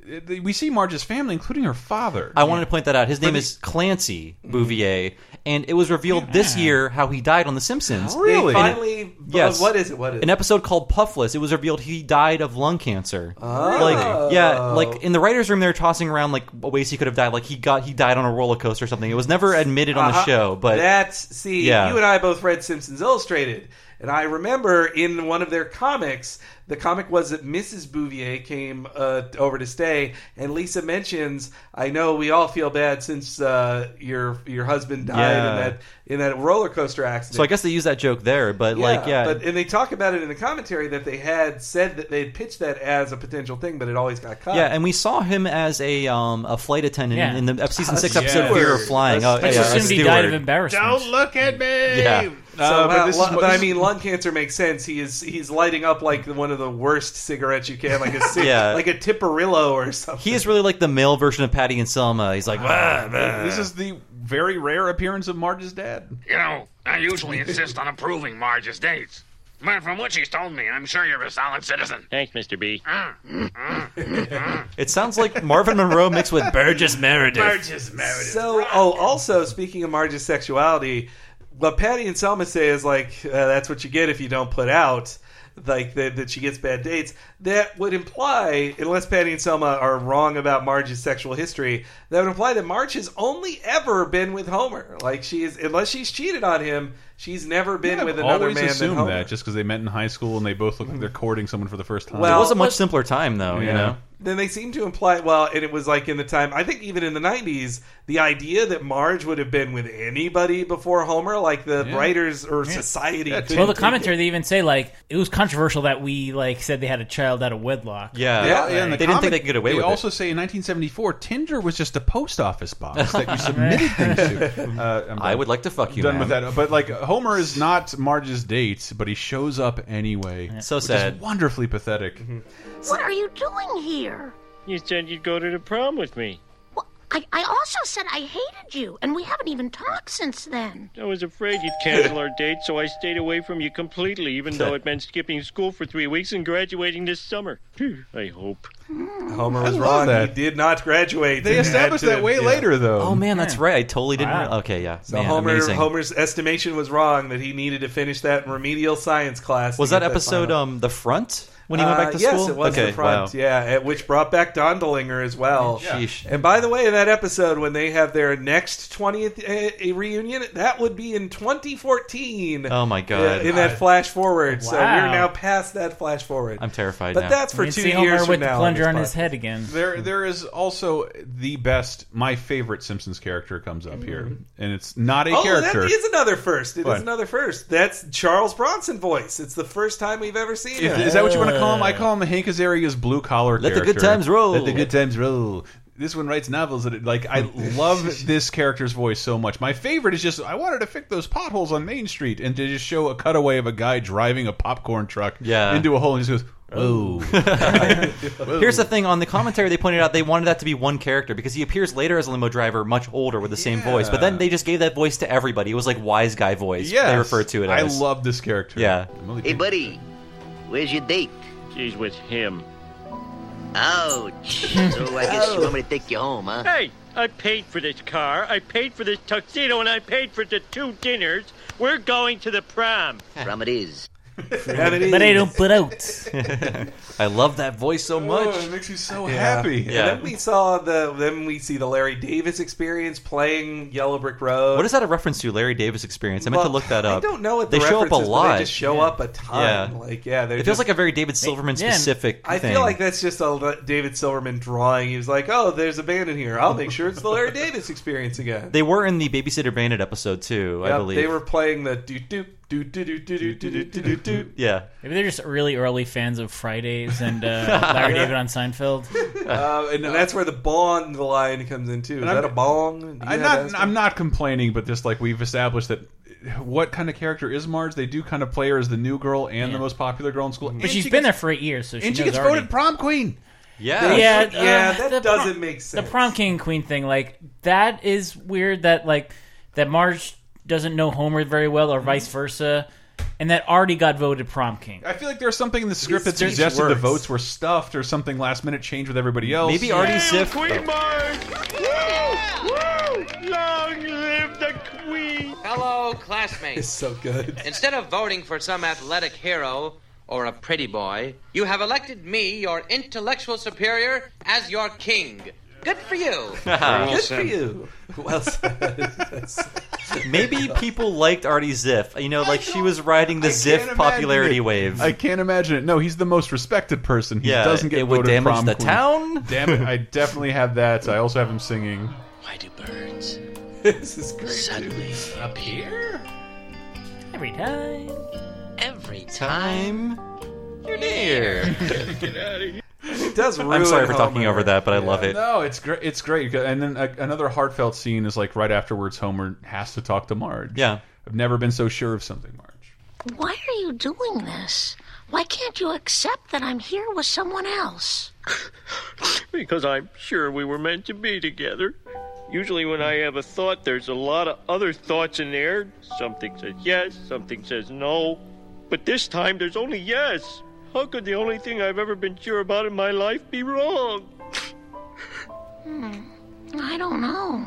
Speaker 3: uh, the- We see Marge's family, including her father.
Speaker 2: I wanted to point that out. His name is Clancy Bouvier, and it was revealed this year how he died on The Simpsons.
Speaker 4: Really? They
Speaker 2: And it-
Speaker 4: finally-
Speaker 2: yes.
Speaker 4: what is it? What is
Speaker 2: An
Speaker 4: it?
Speaker 2: episode called Puffless. It was revealed he died of lung cancer.
Speaker 4: Oh.
Speaker 2: Like yeah, like in the writers' room, they were tossing around like ways he could have died. Like he got he died on a roller coaster or something. It was never admitted on the
Speaker 4: Uh-huh.
Speaker 2: show, but
Speaker 4: that's see,
Speaker 2: yeah.
Speaker 4: you and I both read Simpsons Illustrated, and I remember in one of their comics, the comic was that Mrs. Bouvier came uh, over to stay, and Lisa mentions, "I know we all feel bad since uh, your your husband died
Speaker 2: Yeah.
Speaker 4: in that in that roller coaster accident."
Speaker 2: so I guess they used that joke there. But like yeah,
Speaker 4: but, and they talk about it in the commentary that they had said that they had pitched that as a potential thing, but it always got cut.
Speaker 2: Yeah, and we saw him as a um, a flight attendant
Speaker 4: Yeah.
Speaker 2: in the ep- season
Speaker 4: A
Speaker 2: six episode Fear
Speaker 4: steward.
Speaker 2: of Flying.
Speaker 4: A
Speaker 2: Oh, yeah,
Speaker 4: steward.
Speaker 2: a
Speaker 4: Assumed he
Speaker 2: steward.
Speaker 5: died of embarrassment.
Speaker 3: look at me.
Speaker 2: Yeah.
Speaker 4: So,
Speaker 3: Uh, but
Speaker 4: wow,
Speaker 3: this is
Speaker 4: lung-
Speaker 3: what-
Speaker 4: but I
Speaker 3: this-
Speaker 4: mean, lung cancer makes sense. He is he's lighting up like one of the worst cigarettes you can, like a cig-
Speaker 2: Yeah.
Speaker 4: like a Tipperillo or something.
Speaker 2: He is really like the male version of Patty and Selma. He's like, "Wah, bah."
Speaker 3: This is the very rare appearance of Marge's dad.
Speaker 9: You know, I usually insist on approving Marge's dates. But from what she's told me, I'm sure you're a solid citizen.
Speaker 6: Thanks, Mr. B.
Speaker 2: It sounds like Marvin Monroe mixed with Burgess Meredith.
Speaker 4: So, oh, also speaking of Marge's sexuality, what Patty and Selma say is like uh, that's what you get if you don't put out. Like that, that she gets bad dates. That would imply, unless Patty and Selma are wrong about Marge's sexual history, that would imply that Marge has only ever been with Homer. Like she is, unless she's cheated on him, she's never been with another
Speaker 3: Always
Speaker 4: man than
Speaker 3: assume
Speaker 4: Homer.
Speaker 3: that just because they met in high school and they both look like they're courting someone for the first time.
Speaker 4: Well, It was a much
Speaker 2: simpler time, though.
Speaker 3: you know?
Speaker 4: Then they seem to imply, well, and it was like in the time, I think even in the 90s, the idea that Marge would have been with anybody before Homer, like the
Speaker 5: Yeah.
Speaker 4: writers or society. couldn't
Speaker 5: Well, the
Speaker 4: take
Speaker 5: commentary they even say like it was controversial that we like said they had a child out of wedlock.
Speaker 3: Well, yeah,
Speaker 5: Like,
Speaker 3: in the comic, they also say in 1974, Tinder was just a post office
Speaker 2: [laughs]
Speaker 3: box that you submitted things to. Uh, I'm
Speaker 2: I would like to fuck you,
Speaker 3: Done
Speaker 2: ma'am.
Speaker 3: with that. But like Homer is not Marge's date, but he shows up anyway.
Speaker 2: So
Speaker 3: which is
Speaker 2: sad. Mm-hmm.
Speaker 3: wonderfully pathetic.
Speaker 15: What are you doing here?
Speaker 6: You said you'd go to the prom with me.
Speaker 15: I, I also said I hated you, and we haven't even talked since then.
Speaker 6: I was afraid you'd cancel
Speaker 4: [laughs]
Speaker 6: our date, so I stayed away from you completely, even though it meant skipping school for three weeks and graduating this summer. Phew, I hope.
Speaker 4: Homer
Speaker 3: I
Speaker 4: was
Speaker 3: love
Speaker 4: wrong.
Speaker 3: that.
Speaker 4: He did not graduate.
Speaker 3: They
Speaker 4: He had
Speaker 3: established
Speaker 4: to-
Speaker 3: that way
Speaker 4: yeah.
Speaker 3: later, though.
Speaker 2: Oh man, that's right. I totally didn't. real- Okay, yeah.
Speaker 4: So
Speaker 2: man,
Speaker 4: Homer
Speaker 2: amazing.
Speaker 4: Homer's estimation was wrong that he needed to finish that in remedial science class.
Speaker 2: was
Speaker 4: to
Speaker 2: that
Speaker 4: get
Speaker 2: episode
Speaker 4: final.
Speaker 2: um the front when he went
Speaker 4: Uh,
Speaker 2: back to
Speaker 4: yes,
Speaker 2: school?
Speaker 4: it was
Speaker 2: okay,
Speaker 4: the front,
Speaker 2: wow.
Speaker 4: yeah, at- which brought back Dondelinger as well.
Speaker 2: Yeah. Sheesh.
Speaker 4: And by the way, in that episode, when they have their next 20th uh, reunion, that would be in 2014.
Speaker 2: Oh my god.
Speaker 4: in that flash forward. So we're
Speaker 5: Wow.
Speaker 4: now past that flash forward.
Speaker 2: I'm terrified
Speaker 4: But
Speaker 2: now.
Speaker 4: that's for
Speaker 5: We
Speaker 4: two
Speaker 5: see Homer
Speaker 4: years from
Speaker 5: with
Speaker 4: now.
Speaker 5: the
Speaker 4: on
Speaker 5: plunger
Speaker 4: this
Speaker 5: on his
Speaker 4: podcast.
Speaker 5: head again.
Speaker 3: There, there is also the best. My favorite Simpsons character comes up here,
Speaker 2: Mm-hmm.
Speaker 3: and it's not a
Speaker 4: oh,
Speaker 3: character.
Speaker 4: that is another first. It is
Speaker 3: What?
Speaker 4: another first. That's Charles Bronson voice. It's the first time we've ever seen
Speaker 3: If-
Speaker 4: him.
Speaker 3: is that what you want to call him? I call him Hank Azaria's blue collar.
Speaker 2: Let the
Speaker 3: character.
Speaker 2: good times roll.
Speaker 3: Let the good times roll. This one writes novels that it, like I
Speaker 2: [laughs]
Speaker 3: love this character's voice so much. My favorite is just I wanted to fix those potholes on Main Street and to just show a cutaway of a guy driving a popcorn truck
Speaker 2: Yeah. Oh.
Speaker 3: into a hole and he just goes,
Speaker 2: [laughs]
Speaker 3: "Whoa!"
Speaker 2: Here's the thing: on the commentary, they pointed out they wanted that to be one character because he appears later as a limo driver, much older with the same voice. But then they just gave that voice to everybody. It was like wise guy voice.
Speaker 3: Yes.
Speaker 2: they refer to it.
Speaker 3: I
Speaker 2: as.
Speaker 3: love this character.
Speaker 2: Yeah.
Speaker 12: Hey, buddy, where's your date?
Speaker 6: She's with him.
Speaker 12: Ouch. so I guess you want me to take you home,
Speaker 6: [laughs]
Speaker 12: huh?
Speaker 6: Hey, I paid for this car, I paid for this tuxedo, and I paid for the two dinners. We're going to the prom.
Speaker 12: Prom it is.
Speaker 5: but they don't
Speaker 3: [laughs]
Speaker 5: put out.
Speaker 2: I love that voice so much.
Speaker 3: it makes you so
Speaker 4: Yeah.
Speaker 3: happy.
Speaker 4: And
Speaker 2: Yeah.
Speaker 4: then we saw the then we see the Larry Davis experience playing Yellow Brick Road.
Speaker 2: What is that a reference to? Larry Davis experience. I meant to
Speaker 4: Well,
Speaker 2: look that up.
Speaker 4: I don't know what
Speaker 2: they
Speaker 4: the
Speaker 2: show up a
Speaker 4: reference is, but
Speaker 2: lot.
Speaker 4: They just show up a ton.
Speaker 2: Yeah.
Speaker 4: Like yeah, they're
Speaker 2: it feels
Speaker 4: just-
Speaker 2: like a very David Silverman
Speaker 4: Yeah, and
Speaker 2: specific.
Speaker 4: I
Speaker 2: thing.
Speaker 4: feel like that's just a le- David Silverman drawing. He was like, "Oh, there's a band in here. I'll make sure it's the
Speaker 2: [laughs]
Speaker 4: Larry Davis experience again."
Speaker 2: they were in the Babysitter Bandit episode too. I
Speaker 4: Yep,
Speaker 2: believe
Speaker 4: they were playing the do do do do do do do do do do
Speaker 2: [laughs]
Speaker 4: do.
Speaker 2: Yeah.
Speaker 5: Maybe they're just really early fans of Fridays and
Speaker 3: [laughs]
Speaker 5: uh, Larry David on Seinfeld.
Speaker 4: Uh, and, that's where the bong line comes in too. Is
Speaker 3: I'm-
Speaker 4: that a bong? Do you have
Speaker 3: I'm
Speaker 4: that
Speaker 3: not.
Speaker 4: stuff?
Speaker 3: I'm not complaining, but just like we've established that what kind of character is Marge? They do kind of play her as the new girl and the most popular girl in school.
Speaker 2: Mm-hmm.
Speaker 5: But she's been there for eight years, so she
Speaker 3: and she
Speaker 5: knows
Speaker 3: gets
Speaker 5: already.
Speaker 3: voted prom queen.
Speaker 2: Yeah.
Speaker 5: [laughs] yeah,
Speaker 4: Yeah,
Speaker 5: uh,
Speaker 4: that
Speaker 5: the
Speaker 4: doesn't
Speaker 5: prom-
Speaker 4: make
Speaker 5: The prom king and queen thing, like that, is weird. That like that Marge doesn't know Homer very well, or vice
Speaker 4: Mm-hmm.
Speaker 5: versa, and that Artie got voted prom king.
Speaker 3: I feel like there's something in the script
Speaker 5: His
Speaker 3: that
Speaker 5: speech
Speaker 3: suggested the
Speaker 5: works.
Speaker 3: votes were stuffed or something last minute change with everybody else.
Speaker 2: Maybe Artie Yeah, Ziff-
Speaker 6: Queen Marge! Woo! Woo! Long live the Queen!
Speaker 13: Hello, classmates.
Speaker 4: It's so good.
Speaker 13: Instead of voting for some athletic hero or a pretty boy, you have elected me, your intellectual superior, as your king. Good
Speaker 15: [laughs]
Speaker 13: for you.
Speaker 4: Good for you. [laughs] Well said.
Speaker 2: [laughs] Maybe people liked Artie Ziff. You know, like she was riding the
Speaker 3: can't
Speaker 2: Ziff
Speaker 3: imagine
Speaker 2: popularity
Speaker 3: it.
Speaker 2: wave.
Speaker 3: I can't imagine it. No, he's the most respected person. He
Speaker 2: Yeah,
Speaker 3: doesn't get
Speaker 2: it would
Speaker 3: voted
Speaker 2: damage
Speaker 3: prom
Speaker 2: the
Speaker 3: queen.
Speaker 2: town.
Speaker 3: Damn it! I definitely have that. I also have him singing.
Speaker 6: Why do birds
Speaker 4: this is great.
Speaker 6: suddenly
Speaker 13: appear?
Speaker 5: Every time.
Speaker 13: Every
Speaker 2: Time you're near.
Speaker 6: Get out of here.
Speaker 4: It does ruin
Speaker 2: I'm sorry for talking
Speaker 4: Homer.
Speaker 2: over that, but I love it.
Speaker 3: No, it's great. It's great. And then a, another heartfelt scene is like right afterwards. Homer has to talk to Marge.
Speaker 2: Yeah.
Speaker 3: I've never been so sure of something, Marge.
Speaker 8: Why are you doing this? Why can't you accept that I'm here with someone else?
Speaker 6: Because I'm sure we were meant to be together. Usually, when I have a thought, there's a lot of other thoughts in there. Something says yes, something says no. But this time, there's only yes. How could the only thing I've ever been sure about in my life be wrong?
Speaker 8: Hmm. I don't know.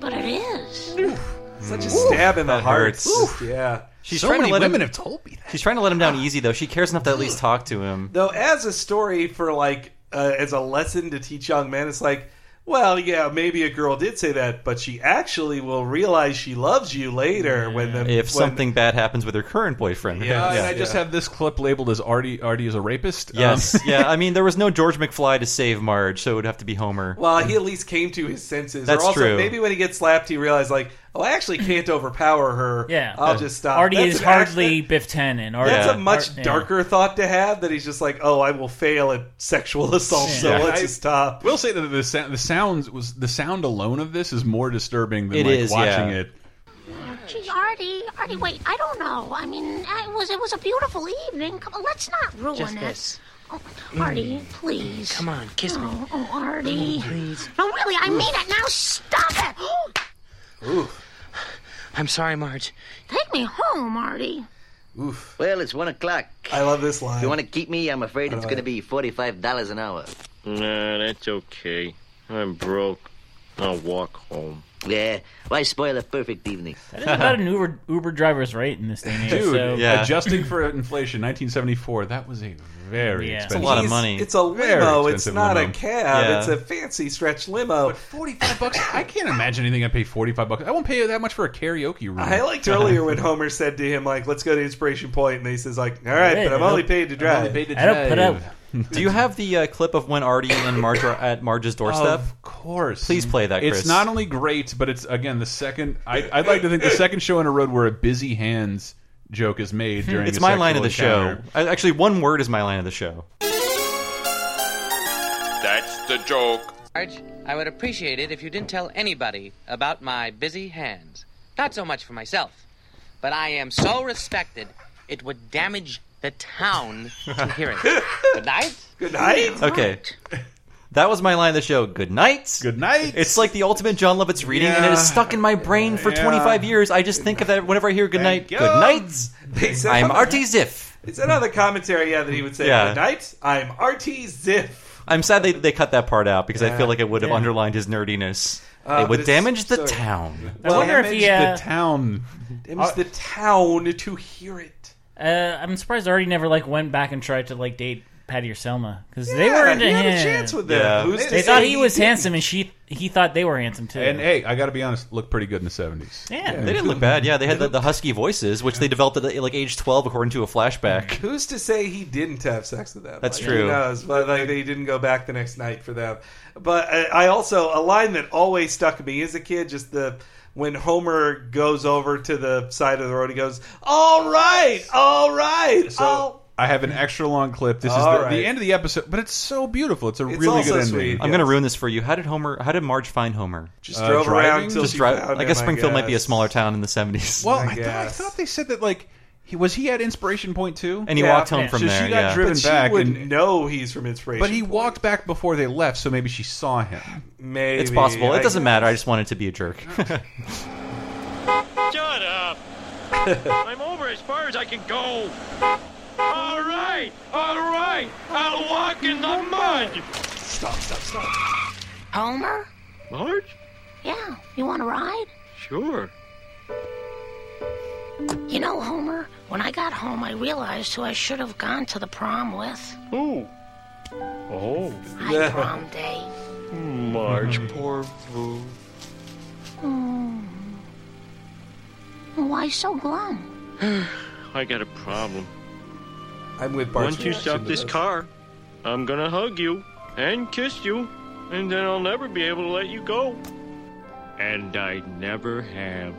Speaker 8: But it is.
Speaker 4: Such a stab in the
Speaker 2: That
Speaker 4: heart.
Speaker 2: hurts.
Speaker 4: Oof. Yeah.
Speaker 2: She's
Speaker 4: So
Speaker 2: trying
Speaker 4: many
Speaker 2: to let
Speaker 4: women
Speaker 2: him,
Speaker 4: have told me
Speaker 2: She's trying to let him down easy, though. She cares enough to at least talk to him.
Speaker 4: Though, as a story for like uh, as a lesson to teach young men, it's like, well, yeah, maybe a girl did say that, but she actually will realize she loves you later when the
Speaker 2: If
Speaker 4: when-
Speaker 2: something bad happens with her current boyfriend.
Speaker 3: Uh, and I just have this clip labeled as Artie. Artie is a rapist.
Speaker 4: [laughs]
Speaker 2: Yes,
Speaker 3: Um,
Speaker 2: yeah. I mean, there was no George McFly to save Marge, so it would have to be Homer.
Speaker 4: Well, he at least came to his senses.
Speaker 2: That's
Speaker 4: or also,
Speaker 2: true.
Speaker 4: Maybe when he gets slapped, he realized like, oh, I actually can't overpower her.
Speaker 5: [clears throat] Yeah,
Speaker 4: I'll just stop.
Speaker 5: Artie
Speaker 4: That's
Speaker 5: is
Speaker 4: an
Speaker 5: [laughs] hardly Biff Tannen. Artie,
Speaker 4: That's a much
Speaker 5: Ar- yeah.
Speaker 4: darker thought to have that he's just like, oh, I will fail at sexual assault, so
Speaker 3: Yeah.
Speaker 4: let's
Speaker 3: I
Speaker 4: just stop.
Speaker 3: We'll say that the sound, the sounds was the sound alone of this is more disturbing than
Speaker 2: It
Speaker 3: like
Speaker 2: is,
Speaker 3: watching
Speaker 2: yeah.
Speaker 3: it.
Speaker 8: Gee, Artie, Artie, wait. I don't know. I mean, it was it was a beautiful evening. Come on, let's not ruin
Speaker 16: Just
Speaker 8: it. Oh,
Speaker 16: this. Mm.
Speaker 8: Artie, please.
Speaker 16: Come on, kiss me. Mm,
Speaker 8: Oh, oh, Artie.
Speaker 16: Please.
Speaker 8: No, really, I mean it. Now stop it.
Speaker 16: I'm sorry, Marge.
Speaker 8: Take me home, Artie.
Speaker 12: Well, it's one o'clock.
Speaker 4: I love this line.
Speaker 12: If you want to keep me, I'm afraid it's going to be forty-five dollars an hour.
Speaker 6: Nah, that's okay. I'm broke. I'll walk home.
Speaker 12: Yeah, why spoil a perfect evening?
Speaker 5: That
Speaker 4: [laughs]
Speaker 5: is about an Uber Uber driver's rate in this thing.
Speaker 3: Dude,
Speaker 5: so.
Speaker 3: adjusting for inflation, 1974. That was a very
Speaker 5: Yeah. It's a
Speaker 3: expensive.
Speaker 2: lot of
Speaker 4: He's-
Speaker 2: money.
Speaker 4: It's a
Speaker 3: Very
Speaker 4: limo. It's
Speaker 3: expensive
Speaker 4: not
Speaker 3: limo.
Speaker 4: a cab.
Speaker 3: Yeah.
Speaker 4: It's a fancy stretch limo.
Speaker 3: Forty-five bucks. I can't imagine anything. I pay forty-five bucks. I won't pay that much for a karaoke room.
Speaker 4: I liked earlier
Speaker 5: [laughs]
Speaker 4: when Homer said to him, like, let's go to Inspiration Point, and he says, like, all right, but I'm only paid to drive.
Speaker 2: Do you have the uh, clip of when Artie and Marge are at Marge's doorstep?
Speaker 3: Of course.
Speaker 2: Please play that, Chris.
Speaker 3: It's not only great, but it's again the second. I, I'd like to think the second show in a row where a busy hands joke is made
Speaker 5: Hmm.
Speaker 3: during.
Speaker 2: It's
Speaker 3: a
Speaker 2: my line of
Speaker 3: sexual
Speaker 2: the show.
Speaker 3: encounter.
Speaker 2: I, actually, one word is my line of the show.
Speaker 17: That's the joke.
Speaker 13: Marge, I would appreciate it if you didn't tell anybody about my busy hands. Not so much for myself, but I am so respected, it would damage the town to hear it. Good night.
Speaker 4: Good
Speaker 13: night.
Speaker 2: Okay. That was my line of the show. Good night.
Speaker 3: Good night.
Speaker 2: It's like the ultimate John Lovitz reading, and it is
Speaker 4: Yeah.
Speaker 2: stuck in my brain for
Speaker 4: Yeah.
Speaker 2: 25 years. I just think of that whenever I hear good night.
Speaker 4: you.
Speaker 2: Good night.
Speaker 4: They said-
Speaker 2: I'm Artie Ziff.
Speaker 4: It's another commentary, yeah, that he would say,
Speaker 2: Yeah.
Speaker 4: good night, I'm RT Ziff.
Speaker 2: I'm sad they, they cut that part out because I
Speaker 4: Yeah.
Speaker 2: feel like it would have
Speaker 4: Yeah.
Speaker 2: underlined his nerdiness.
Speaker 4: Uh,
Speaker 2: it would
Speaker 4: this-
Speaker 2: damage the
Speaker 4: sorry.
Speaker 2: town.
Speaker 4: [laughs]
Speaker 5: I wonder if
Speaker 4: damage
Speaker 5: he uh,
Speaker 3: the town.
Speaker 4: Damage the town to hear it.
Speaker 5: Uh, I'm surprised Artie never like went back and tried to like date Patty or Selma because they
Speaker 4: Yeah,
Speaker 5: were into
Speaker 4: he
Speaker 5: him.
Speaker 4: had a chance with them.
Speaker 3: Yeah. Who's
Speaker 5: They,
Speaker 3: to
Speaker 5: they
Speaker 3: say
Speaker 5: thought he
Speaker 3: he
Speaker 5: was
Speaker 3: didn't?
Speaker 5: handsome, and she he thought they were handsome too.
Speaker 3: And hey, I got to be honest, looked pretty good in the seventies.
Speaker 5: Yeah.
Speaker 2: They didn't look bad. Yeah, they had the, the husky voices, which they developed at like age 12, according to
Speaker 4: [laughs]
Speaker 2: a flashback.
Speaker 4: Who's to say he didn't have sex with them?
Speaker 2: That's
Speaker 4: Like,
Speaker 2: true.
Speaker 4: Who knows? But like, they didn't go back the next night for them. But I, I also a line that always stuck with me as a kid. Just the when Homer goes over to the side of the road, he goes, "All right, all right." all-"
Speaker 3: I have an extra long clip. This is
Speaker 4: All
Speaker 3: the,
Speaker 4: right.
Speaker 3: the end of the episode, but it's so beautiful. It's a really good ending.
Speaker 2: I'm going to ruin this for you. How did Homer? How did Marge find Homer?
Speaker 3: Just Uh, drove around driving? till
Speaker 2: Just
Speaker 3: she
Speaker 2: drive-
Speaker 3: found
Speaker 2: I guess
Speaker 3: him, I
Speaker 2: Springfield might be a
Speaker 3: guess.
Speaker 2: smaller town in the 70s.
Speaker 3: Well, I, thought, I thought they said that like he was he at Inspiration Point too,
Speaker 2: And he Yeah. walked home from
Speaker 3: so
Speaker 2: there,
Speaker 3: She got
Speaker 2: yeah.
Speaker 3: driven
Speaker 2: But she
Speaker 3: back,
Speaker 2: wouldn't
Speaker 3: and-
Speaker 4: know he's from Inspiration.
Speaker 3: but he walked back before they left, so maybe she saw him.
Speaker 4: Maybe
Speaker 2: it's possible.
Speaker 3: I
Speaker 2: It doesn't
Speaker 3: guess.
Speaker 2: matter. I just wanted to be
Speaker 4: [laughs]
Speaker 2: a jerk. [laughs]
Speaker 6: Shut up. I'm over as far as I can go. All right, all right. I'll walk in the mud.
Speaker 4: Stop, stop, stop.
Speaker 8: Homer?
Speaker 6: Marge?
Speaker 8: Yeah, you want to ride?
Speaker 6: Sure.
Speaker 8: You know, Homer, when I got home, I realized who I should have gone to the prom with.
Speaker 6: Who? Oh.
Speaker 8: Hi, prom day.
Speaker 6: Marge, poor fool.
Speaker 8: Hmm. Why so glum?
Speaker 6: I got a problem.
Speaker 4: I'm with Bart's
Speaker 6: Once you
Speaker 4: reaction
Speaker 6: stop
Speaker 4: to
Speaker 6: this
Speaker 4: this.
Speaker 6: car, I'm gonna hug you and kiss you, and then I'll never be able to let you go. And I never have.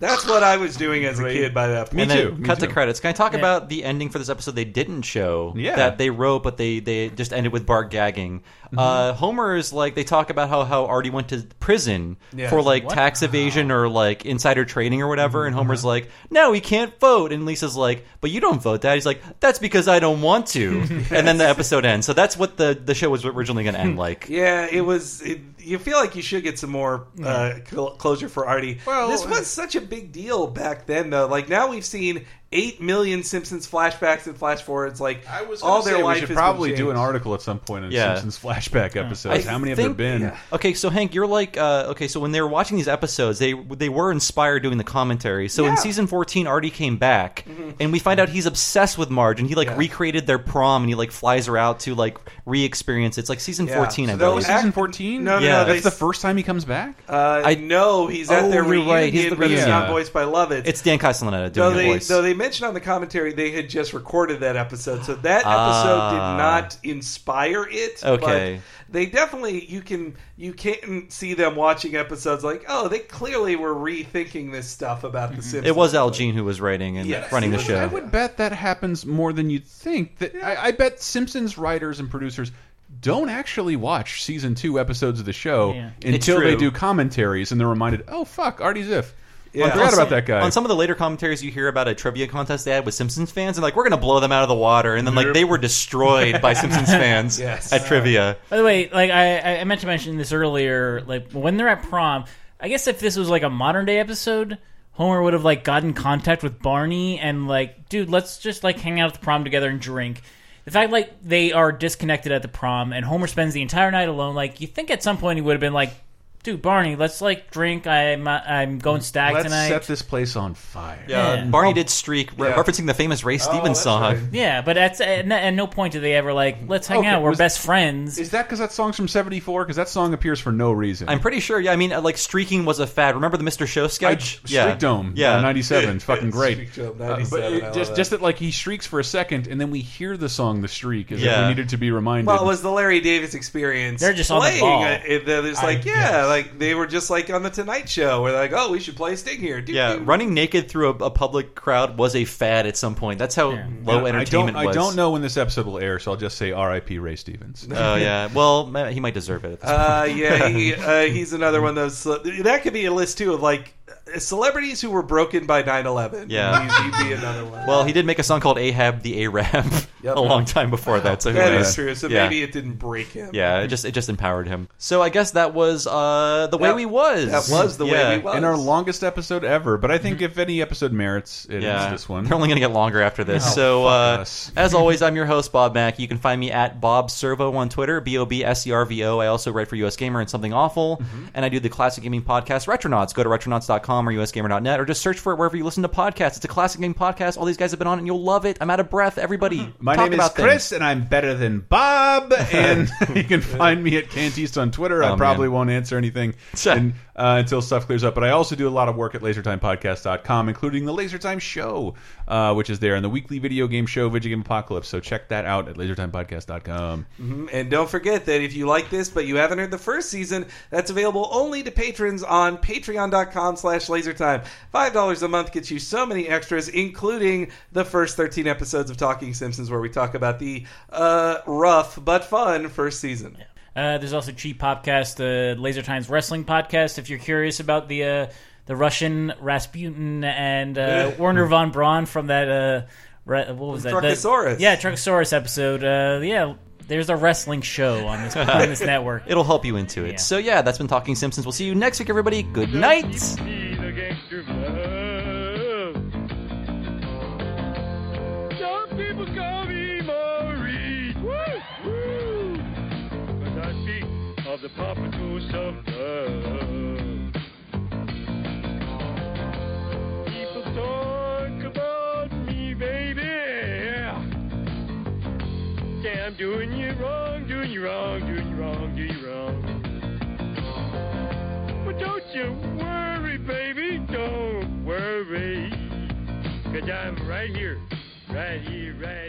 Speaker 4: That's what I was doing as a kid by that point.
Speaker 2: and then Cut to credits. Can I talk about the ending for this episode they didn't show?
Speaker 4: Yeah.
Speaker 2: That they wrote, but they, they just ended with Bart gagging.
Speaker 4: Mhm.
Speaker 2: Uh, Homer is like, they talk about how, how Artie went to prison
Speaker 4: Yeah.
Speaker 2: for like
Speaker 4: What? Mm-hmm,
Speaker 2: tax evasion or like insider trading or whatever. And Homer's like, no, he can't vote. And Lisa's like, but you don't vote, Dad. He's like, that's because I don't
Speaker 4: [laughs]
Speaker 2: want to. And then the episode ends. So that's what the, the show was originally going
Speaker 4: [laughs]
Speaker 2: to end like.
Speaker 4: Yeah, it was. It, you feel like you should get some more uh, cl- closure for Artie.
Speaker 1: Well-
Speaker 4: this
Speaker 2: uh,
Speaker 4: was such a big deal back then, though. Like now we've seen eight million Simpsons flashbacks and flash forwards. Like I was all their
Speaker 3: say,
Speaker 4: life.
Speaker 3: we
Speaker 4: has
Speaker 3: should probably
Speaker 4: been
Speaker 3: do an
Speaker 4: changed.
Speaker 3: article at some point on
Speaker 2: Yeah.
Speaker 3: Simpsons flashback episodes.
Speaker 2: I
Speaker 3: How many
Speaker 2: think-
Speaker 3: have there been?
Speaker 2: Okay, so Hank, you're like uh, okay. So when they were watching these episodes, they they were inspired doing the commentary. So
Speaker 4: Yeah.
Speaker 2: in season 14, Artie came back,
Speaker 4: Mhm.
Speaker 2: and we find out he's obsessed with Marge, and he like
Speaker 4: Yeah.
Speaker 2: recreated their prom, and he like flies her out to like re-experience. It's like season
Speaker 4: Yeah.
Speaker 2: 14, I
Speaker 4: So
Speaker 2: believe.
Speaker 4: they'll act-
Speaker 3: Season 14?
Speaker 4: No, no,
Speaker 2: Yeah.
Speaker 4: no, they
Speaker 2: That's
Speaker 3: the first time he comes back?
Speaker 4: Uh,
Speaker 2: I-
Speaker 4: no, he's at
Speaker 2: Oh,
Speaker 4: their
Speaker 2: you're
Speaker 4: reunion,
Speaker 2: right, he's the
Speaker 4: but it's
Speaker 2: reunion.
Speaker 4: not voiced by Lovitz.
Speaker 2: It's Dan Castellaneta
Speaker 4: Though
Speaker 2: doing the
Speaker 4: they,
Speaker 2: voice.
Speaker 4: though they mentioned on the commentary they had just recorded that episode, so that episode
Speaker 2: Ah.
Speaker 4: did not inspire it.
Speaker 2: Okay.
Speaker 4: but they definitely you can you can see them watching episodes like oh they clearly were rethinking this stuff about
Speaker 5: Mm-hmm.
Speaker 4: the Simpsons.
Speaker 2: it was Al Jean who was writing and
Speaker 4: Yes.
Speaker 2: running the
Speaker 4: It was-
Speaker 2: show.
Speaker 3: I would bet that happens more than you'd think. That I, I bet Simpsons writers and producers don't actually watch season two episodes of the show
Speaker 2: Yeah. It's
Speaker 3: until
Speaker 2: true.
Speaker 3: they do commentaries and they're reminded, oh fuck, Artie Ziff. I
Speaker 2: On
Speaker 3: forgot
Speaker 2: some-
Speaker 3: about that guy.
Speaker 2: On some of the later commentaries, you hear about a trivia contest they had with Simpsons fans, and like we're gonna blow them out of the water, and then like
Speaker 3: Nope.
Speaker 2: they were destroyed
Speaker 4: [laughs]
Speaker 2: by Simpsons fans
Speaker 5: Yes.
Speaker 2: at trivia.
Speaker 5: By the way, like I, I- I meant to mention this earlier, like when they're at prom, I guess if this was like a modern day episode, Homer would have like gotten in contact with Barney and like, dude, let's just like hang out at the prom together and drink. The fact like they are disconnected at the prom and Homer spends the entire night alone, like you think at some point he would have been like, dude, Barney, let's like drink. I'm I'm going stag
Speaker 3: Let's
Speaker 5: tonight.
Speaker 3: set this place on fire.
Speaker 2: Yeah, Uh, Barney did streak, re- referencing the famous Ray Stevens song.
Speaker 5: yeah, but at, at, no- at no point do they ever like let's hang
Speaker 3: Okay,
Speaker 5: out. We're
Speaker 3: was-
Speaker 5: best friends.
Speaker 3: Is that because that song's from '74? Because that song appears for no reason.
Speaker 2: I'm pretty sure. Yeah, I mean, uh, like streaking was a fad. Remember the Mr. Show sketch?
Speaker 3: Streak
Speaker 2: yeah,
Speaker 3: Dome. uh,
Speaker 2: Yeah,
Speaker 3: '97.
Speaker 2: [laughs]
Speaker 3: It's fucking great.
Speaker 4: Streak Dome,
Speaker 3: Uh, but
Speaker 4: 97,
Speaker 3: it-
Speaker 4: I love
Speaker 3: just,
Speaker 4: that.
Speaker 3: just that like he shrieks for a second, and then we hear the song "The Streak" as if
Speaker 2: Yeah.
Speaker 3: we needed to be reminded.
Speaker 4: Well, it was the Larry Davis experience.
Speaker 5: They're just on the
Speaker 4: playing.
Speaker 5: ball.
Speaker 4: Uh, it- They're just
Speaker 5: I
Speaker 4: like, yeah, like they were just like on the Tonight Show, where they're like, oh, we should play Sting here. Doo,
Speaker 2: yeah. Running naked through a, a public crowd was a fad at some point. That's how low
Speaker 3: I
Speaker 2: entertainment
Speaker 3: don't,
Speaker 2: was.
Speaker 3: I don't know when this episode will air, so I'll just say R.I.P. Ray Stevens.
Speaker 2: Oh yeah. Well, ma- he might deserve it. At this
Speaker 4: Uh,
Speaker 2: point.
Speaker 4: yeah,
Speaker 2: [laughs]
Speaker 4: he, uh, he's another one of those. ce- That could be a list too of like celebrities who were broken by 9-11.
Speaker 2: Yeah.
Speaker 4: He's- he'd, be another one.
Speaker 2: well, he did make a song called Ahab the Arab [laughs]
Speaker 4: Yep.
Speaker 2: a long time before that. So who
Speaker 4: That
Speaker 2: knows?
Speaker 4: is true. So
Speaker 2: Yeah.
Speaker 4: maybe it didn't break him.
Speaker 2: Yeah, it just it just empowered him. So I guess that was uh, the way
Speaker 4: That-
Speaker 2: we was.
Speaker 4: that was The Way
Speaker 2: Yeah.
Speaker 4: We Was.
Speaker 3: and our longest episode ever. But I think if any episode merits, it is
Speaker 2: Yeah.
Speaker 3: this one. Oh,
Speaker 2: They're only going to get longer after this. so, uh, as always, I'm your host, Bob Mack. You can find me at Bob Servo on Twitter, B O B S E R V O. I also write for US Gamer and Something Awful.
Speaker 3: Mm-hmm.
Speaker 2: And I do the classic gaming podcast, Retronauts. Go to retronauts.com or usgamer.net or just search for it wherever you listen to podcasts. It's a classic game podcast. All these guys have been on it, and you'll love it. I'm out of breath. Everybody,
Speaker 3: Mm-hmm. My
Speaker 2: talk
Speaker 3: name is
Speaker 2: about things.
Speaker 3: Chris, and I'm better than
Speaker 2: [laughs]
Speaker 3: Bob. And [laughs] you can find me at Cant East on Twitter. I
Speaker 2: Oh,
Speaker 3: probably won't answer anything and, uh, until stuff clears up. But I also do a lot of work at LaserTimePodcast.com, including the LaserTime Show, uh, which is there, and the weekly video game show, Video Game Apocalypse. So check that out at LaserTimePodcast.com.
Speaker 4: Mhm. And don't forget that if you like this but you haven't heard the first season, that's available only to patrons on patreon.com slash lasertime. $5 a month gets you so many extras, including the first 13 episodes of Talking Simpsons where we talk about the uh, rough but fun first season.
Speaker 5: Uh, there's also Cheap Popcast, the Laser Times Wrestling Podcast. If you're curious about the uh, the Russian Rasputin and uh, Werner von Braun from that, uh, re- what was that? The-
Speaker 4: Truckosaurus.
Speaker 5: yeah, Truckosaurus episode. Uh, yeah, there's a wrestling show on this on this network.
Speaker 2: It'll help you into it. So, yeah, that's been Talking Simpsons. We'll see you next week, everybody. Good night.
Speaker 9: Some people call me Maurice. Woo! Woo! But I speak of the Papa Goose of love. People talk about me, baby. Say I'm doing you wrong, doing you wrong, doing you wrong, doing you wrong. But don't you worry, baby, don't worry. Cause I'm right here, right here, right